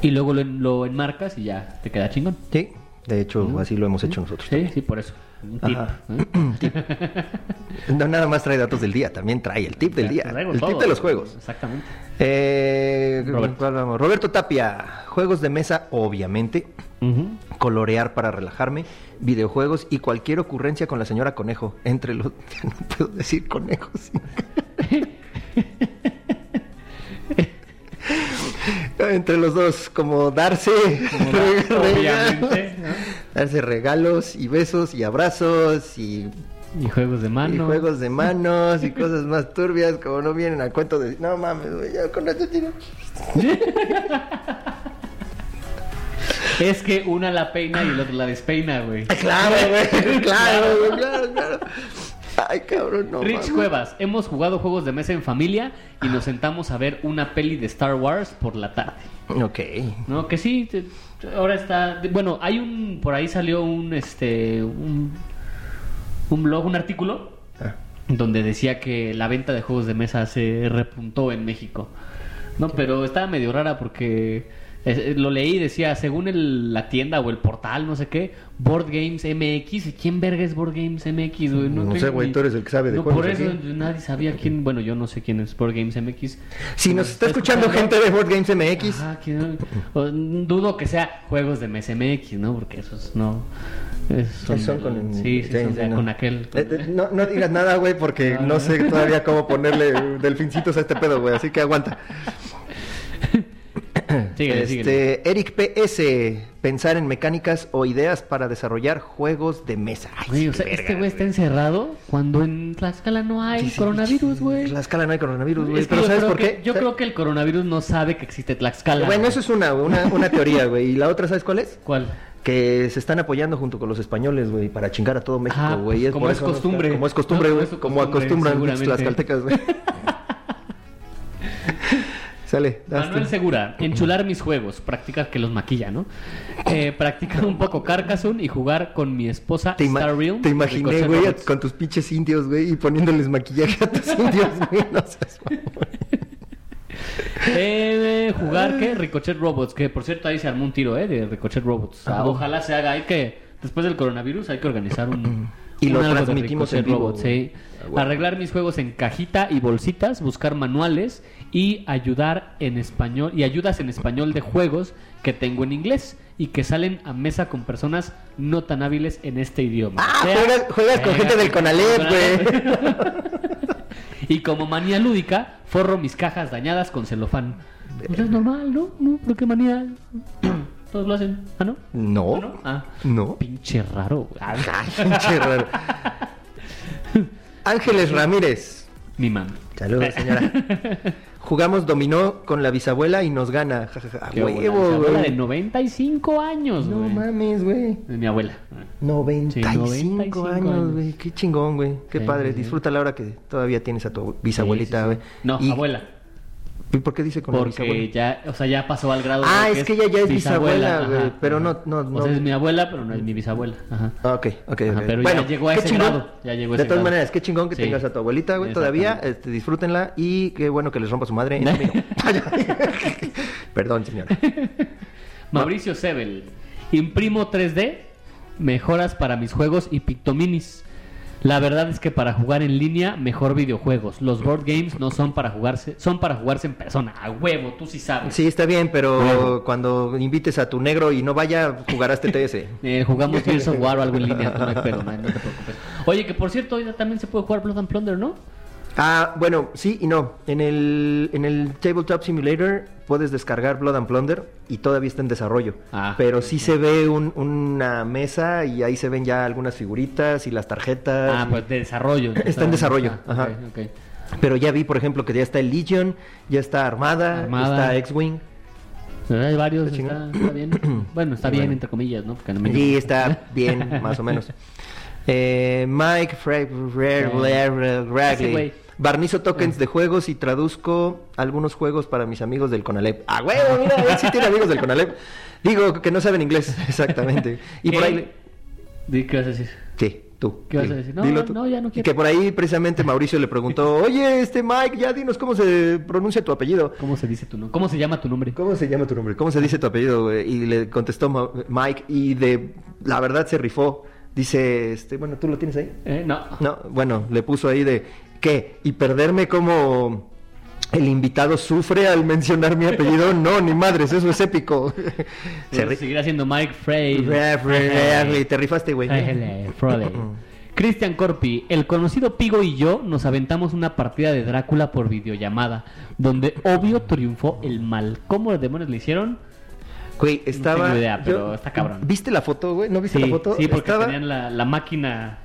y luego lo, en- lo enmarcas y ya te queda chingón.
Sí, de hecho, así lo hemos hecho nosotros.
Sí, sí, por eso. Un tip,
Ajá. (clears throat)
¿no?
(laughs) No nada más trae datos del día, también trae el tip del
Ya,
día.
traigo
El tip
todo.
de los juegos.
Exactamente.
Eh,
Roberto.
¿cuál vamos? Roberto Tapia, juegos de mesa, obviamente. Colorear para relajarme, videojuegos y cualquier ocurrencia con la señora Conejo. Entre los. (laughs) No puedo decir conejos. (laughs) Entre los dos, como darse. (laughs)
Como va,
regalos,
obviamente. ¿no?
Darse regalos y besos y abrazos y
Y juegos de mano.
y juegos
(laughs)
de manos y cosas más turbias, como no vienen a cuento de... No mames, güey, ya con esto tiro.
Es que una la peina y el otro la despeina, güey.
(laughs) Claro,
(laughs)
güey, claro, güey, claro, claro. Ay, cabrón, no
Rich
mames.
Cuevas, hemos jugado juegos de mesa en familia y nos sentamos a ver una peli de Star Wars por la tarde.
Ok.
No, que sí, te- te- ahora está... Bueno, hay un... Por ahí salió un, este, un, un blog, un artículo
Ah,
donde decía que la venta de juegos de mesa se repuntó en México. No, pero estaba medio rara porque es- eh, lo leí y decía, según el- la tienda o el portal, no sé qué, Board Games MX. ¿Y quién verga es Board Games MX, güey?
No sé,
tengo
güey,
ni-
tú eres el que sabe de
No,
juegos
Por eso
aquí.
nadie sabía quién, bueno, yo no sé quién es Board Games MX.
Si nos está escuchando gente de Board Games MX,
Ajá, que- Ah, o, dudo que sea juegos de mesa MX, ¿no? Porque esos no... esos
son con el-
Sí, sí,
sí,
son de-
no.
con aquel...
Eh, eh, no, no digas nada, güey, porque
No,
no,
no.
sé todavía cómo ponerle eh, delfincitos a este pedo, güey, así que aguanta.
Síguele, síguele.
este, Eric PS, pensar en mecánicas o ideas para desarrollar juegos de mesa. Ay,
Güey, o
qué
sea,
verga,
este güey está encerrado cuando en Tlaxcala no hay
Sí, sí,
coronavirus,
sí,
güey.
En Tlaxcala no hay coronavirus, güey.
Es que
Pero
yo
¿sabes
creo
por
que-
qué?
Yo
Sa-
creo que el coronavirus no sabe que existe Tlaxcala.
Bueno,
güey.
eso es una,
(laughs)
una, una teoría, güey. ¿Y la otra sabes cuál es?
¿Cuál?
Que se están apoyando junto con los españoles, güey, para chingar a todo
Ah,
México,
pues,
güey.
como
por
es
eso no está-
costumbre.
Como es costumbre,
No,
güey.
es su
como
costumbre,
acostumbran los
seguramente.
tlaxcaltecas, güey.
(laughs)
Sale. das tú.
Manuel Segura, enchular mis juegos, practicar que los maquilla, ¿no? Eh, practicar un poco Carcassonne y jugar con mi esposa
Te, ima-
Star Realm.
te
de
imaginé,
Ricochet
güey,
Roberts.
con tus pinches indios, güey, y poniéndoles maquillaje
(laughs)
a tus indios, güey. No seas mamón.
Eh, jugar, ¿qué? Ricochet Robots, que por cierto ahí se armó un tiro, ¿eh? De Ricochet Robots. Ah,
Ah.
ojalá se haga, hay que, después del coronavirus hay que organizar un...
Y
un
lo
algo de
transmitimos en
Ricochet
vivo,
Robots,
güey.
sí.
Ah, bueno.
Arreglar mis juegos en cajita y bolsitas, buscar manuales y ayudar en español, y ayudas en español de juegos que tengo en inglés y que salen a mesa con personas no tan hábiles en este idioma.
Ah, juegas- juegas con gente del Conalep, (laughs)
Y como manía lúdica, forro mis cajas dañadas con celofán. Pues es normal, ¿no? ¿No? ¿Pero qué manía? (clears throat) Todos lo hacen. ¿Ah, no? ¿Ah,
No.
no? Ah.
No.
Pinche
(laughs)
raro. güey. Ah,
Ay, pinche raro. Ángeles Ramírez.
mimando. Eh.
Saludos,
(laughs)
señora. Jugamos dominó con la bisabuela y nos gana. Ja, ja, ja. A
Qué buena.
huevo,
Esa abuela de
güey.
95 años,
No
güey.
mames, güey.
De mi abuela.
95,
95 años.
años, güey. Qué chingón, güey. Qué
Sí,
padre.
sí, sí.
Disfruta la hora que todavía tienes a tu bisabuelita,
Sí, sí,
güey.
sí. No,
Y-
abuela.
¿Y por qué dice con la
Porque
bisabuela?
ya, o sea, ya pasó al grado
Ah,
de
es que ella ya es bisabuela,
ajá,
güey, pero no-
ajá.
no- no-
O sea, es mi abuela, pero no es mi bisabuela. Ajá.
Ah, Ok, ok,
Ajá,
ok.
pero ya llegó a
qué
ese grado, ya llegó a
de todas
ese grado.
maneras, qué chingón que
Sí.
tengas a tu abuelita, güey, todavía.
Exactamente.
Este, disfrútenla y qué bueno que les rompa su madre
(laughs)
en dominó. (laughs) Perdón, señora.
Mauricio Sebel. Imprimo 3D, mejoras para mis juegos y Pictominis. La verdad es que para jugar en línea, mejor videojuegos. Los board games no son para jugarse, son para jugarse en persona. A huevo, tú sí sabes.
Sí, está bien, pero
Huevo.
cuando invites a tu negro y no vaya, jugarás TTS.
(laughs) Eh,
(laughs)
jugamos Gears of War o algo en línea, tú no hay pedo, man, no te preocupes. Oye, que por cierto, hoy ya también se puede jugar Blood and Plunder, ¿no?
Ah, bueno, sí y no. En el, en el Tabletop Simulator puedes descargar Blood and Plunder y todavía está en desarrollo.
Ah.
Pero sí se ve un- una mesa y ahí se ven ya algunas figuritas y las tarjetas.
Ah,
y-
pues de desarrollo.
(laughs) Está en desarrollo,
Ah,
ajá.
ok, ok.
Pero ya vi, por ejemplo, que ya está el Legion, ya está Armada,
Armada.
está X-Wing
Pero Hay varios,
Está
está,
chingón.
está
(clears throat)
bien. Bueno, está
Sí,
bien,
bueno.
entre comillas, ¿no? Porque no me-
y está
(laughs)
bien, más o menos. Eh, Mike Fra- Fra- Fra- Fra-
Ah. Ese güey.
Fragley.
Ah.
Barnizo tokens de juegos y traduzco algunos juegos para mis amigos del Conalep. ¡Ah, huevo! Mira, él sí tiene amigos del Conalep. Digo, que no saben
(laughs)
inglés, exactamente. Y por ahí...
Di, ¿Qué vas a decir?
Sí, tú.
¿Qué vas
dilo,
a decir? No,
dilo
no,
tú.
no, ya no
Y
quiero.
que por ahí precisamente Mauricio le preguntó, oye, este Mike, ya dinos cómo se pronuncia tu apellido.
¿Cómo se dice tu nombre? ¿Cómo se llama tu nombre?
¿Cómo se llama tu nombre? ¿Cómo se dice tu apellido? güey? Y le contestó Ma- Mike y de la verdad se rifó. Dice, este, bueno, ¿tú lo tienes ahí?
Eh, no.
No, bueno, le puso ahí de ¿qué? Y perderme como el invitado sufre al mencionar mi apellido. No, ni madres, eso es
(laughs)
épico. se
Pero
ri-
Seguirá siendo Mike Frey.
Re- re- re- Te rifaste, güey.
Ájele,
(laughs)
Frode. Cristian Corpi, el conocido Pigo y yo nos aventamos una partida de Drácula por videollamada, donde obvio triunfó el mal. ¿Cómo los demonios le hicieron?
Güey,
No
estaba.
tengo idea, pero está cabrón.
¿Viste la foto, güey? ¿No viste
Sí,
la foto?
sí, porque
Estaba-
tenían la, la máquina.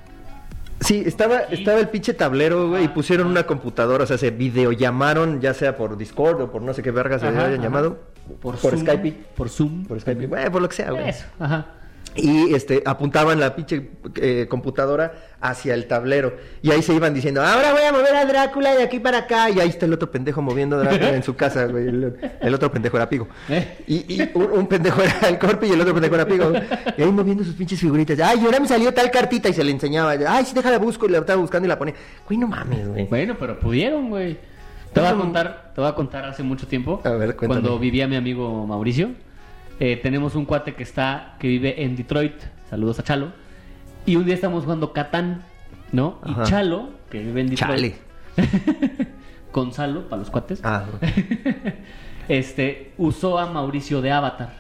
Sí, estaba, estaba el pinche tablero, güey, y
Ajá.
pusieron una computadora, o sea, se videollamaron, ya sea por Discord o por no sé qué vergas se
Ajá,
hayan
ajá.
llamado.
Por,
por
Zoom,
Skype.
Por Zoom.
Por Skype, güey, por lo que sea, güey.
Eso, ajá.
Y este, apuntaban la pinche eh, computadora hacia el tablero. Y ahí se iban diciendo, ahora voy a mover a Drácula de aquí para acá. Y ahí está el otro pendejo moviendo a Drácula en su casa, güey. El, el otro pendejo era Pigo.
Eh.
Y, y un, un pendejo era el Corpi y el otro pendejo era Pigo. Y ahí moviendo sus pinches figuritas. Ay, y ahora me salió tal cartita y se le enseñaba. Ay, sí, déjala busco. Y la estaba buscando y la ponía. Güey, no mames, güey.
Bueno, pero pudieron, güey. Te voy a
Eso-
contar, te voy a contar hace mucho tiempo.
A ver, cuéntame.
Cuando vivía mi amigo Mauricio, eh, tenemos un cuate que está, que vive en Detroit. Saludos a Chalo. Y un día estamos jugando Catán, ¿no?
Ajá.
Y Chalo, que vive en Detroit.
Chale.
(laughs) Gonzalo, para los cuates.
Ah,
(laughs) este, usó a Mauricio de Avatar.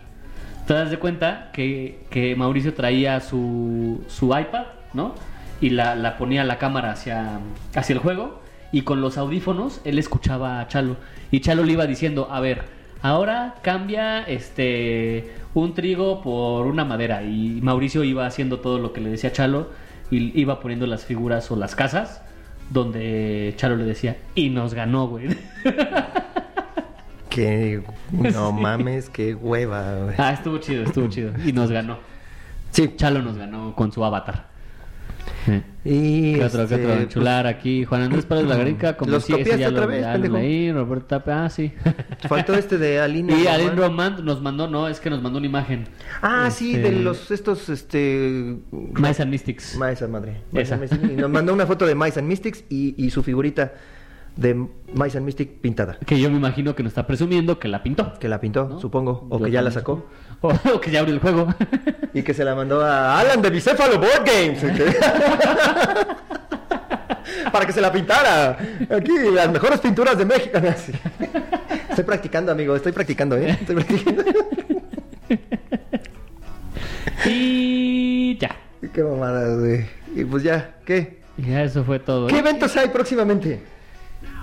Te das de cuenta que, que Mauricio traía su, su iPad, ¿no? Y la, la ponía la cámara hacia, hacia el juego. Y con los audífonos él escuchaba a Chalo. Y Chalo le iba diciendo, a ver, ahora cambia este un trigo por una madera. Y Mauricio iba haciendo todo lo que le decía Chalo. Y iba poniendo las figuras o las casas. Donde Chalo le decía, y nos ganó, güey. (laughs)
que
(laughs)
no mames, qué hueva, güey.
Ah, estuvo chido, estuvo chido. Y nos ganó.
Sí.
Chalo nos ganó con su avatar. Eh,
Y.
¿Qué otro, qué
este,
otro? Chular aquí. Juan Andrés Pérez La Grinca. Como
Los
si ese
copiaste
ya
otra
lo,
vez,
ya lo
pendejo.
leí. Roberto Tape, ah, sí.
(laughs) Faltó este de Alina.
(laughs) y
Román.
Alin Román nos mandó, no, es que nos mandó una imagen.
Ah, sí,
Este,
de los estos, este...
Mice and Mystics.
Mice and Madre.
Esa.
Mice and Mystics. Y nos mandó una foto de Mice and Mystics y, y su figurita de Mice and Mystic pintada.
Que yo me imagino que nos está presumiendo que la pintó.
Que la pintó,
¿no?
supongo, o
Yo
que ya la
también
sacó.
supongo. (laughs) O, o que ya abrió
(laughs)
el juego.
Y que se la mandó a Alan de Bicéfalo Board Games. (laughs) Para que se la pintara. Aquí, las mejores pinturas de México. (laughs) No, sí. Estoy practicando, amigo. Estoy practicando, ¿eh? Estoy practicando. (laughs)
(laughs) y ya.
Qué mamada, güey. Y pues ya, ¿qué?
Ya eso fue todo.
¿Qué
¿eh?
eventos hay próximamente?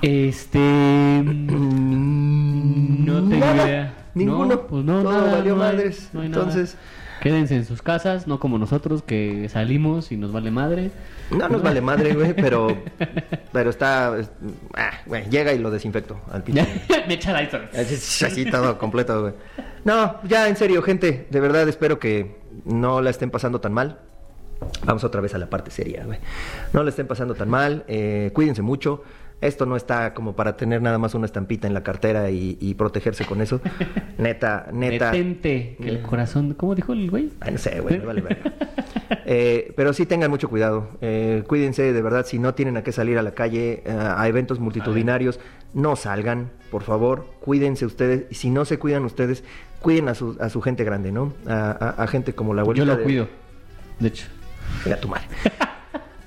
Este. mm, No tengo
Nada,
idea.
Ninguno.
No, pues no,
Todo
nada,
valió
no hay-
madres.
no hay nada.
Entonces,
Quédense en sus casas, no como nosotros que salimos y nos vale madre.
No nos vale madre, güey,
(laughs)
pero. Pero está. es- ah, güey, llega y lo desinfecto al pinche.
(laughs) Me echa Lysol.
Así, así todo completo, güey. No, ya en serio, gente, de verdad espero que no la estén pasando tan mal. Vamos otra vez a la parte seria, güey. No la estén pasando tan mal, eh, cuídense mucho. Esto no está como para tener nada más una estampita en la cartera y, y protegerse con
(laughs)
eso. Neta, neta.
Detente, que el corazón. ¿Cómo dijo el güey?
Ay, no sé, güey, me vale
(laughs)
verga. Eh, pero sí tengan mucho cuidado. Eh, cuídense, de verdad, si no tienen a qué salir a la calle, eh, a eventos multitudinarios, no salgan, por favor. Cuídense ustedes. Y si no se cuidan ustedes, cuiden a su, a su gente grande, ¿no? A, a- a gente como la abuelita.
Yo lo
de-
cuido. De hecho.
Venga, tu madre. (laughs)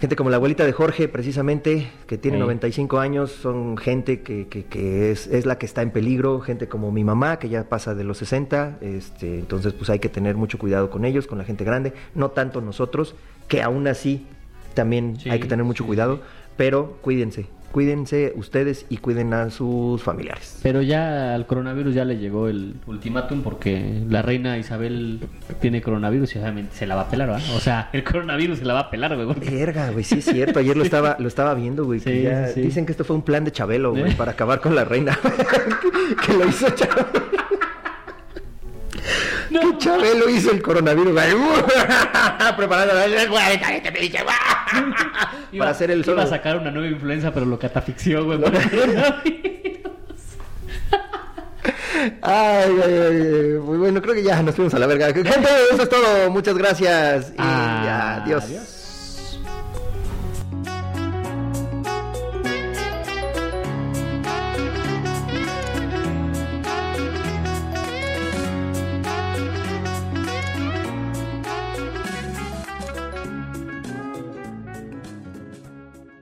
Gente como la abuelita de Jorge, precisamente, que tiene
Ey.
95 años, son gente que, que- que es, es la que está en peligro, gente como mi mamá, que ya pasa de los 60, este, entonces pues hay que tener mucho cuidado con ellos, con la gente grande, no tanto nosotros, que aún así también
Sí,
hay que tener mucho
sí,
cuidado, pero cuídense, cuídense ustedes y cuiden a sus familiares.
Pero ya al coronavirus ya le llegó el ultimátum porque la reina Isabel tiene coronavirus y obviamente se la va a pelar, ¿verdad? O sea, el coronavirus se la va a pelar, güey. porque-
Verga, güey, sí es cierto, ayer lo estaba, lo estaba viendo, güey, que
Sí,
ya-
sí, sí.
dicen que esto fue un plan de Chabelo, güey,
¿Eh?
para acabar con la reina, (laughs) que lo hizo Chabelo.
No,
Chabelo hizo el coronavirus. güey. (laughs) Preparando la- güey, ahorita este pinche, güey.
(laughs) iba-
Para hacer el
Iba
solo.
a sacar una nueva influenza, pero lo catafixió, güey. por
(laughs)
el coronavirus.
Ay, ay, ay, pues ay. Muy bueno, creo que ya nos fuimos a la verga. Gente, eso es todo. Muchas gracias. Y
Adiós.
adiós.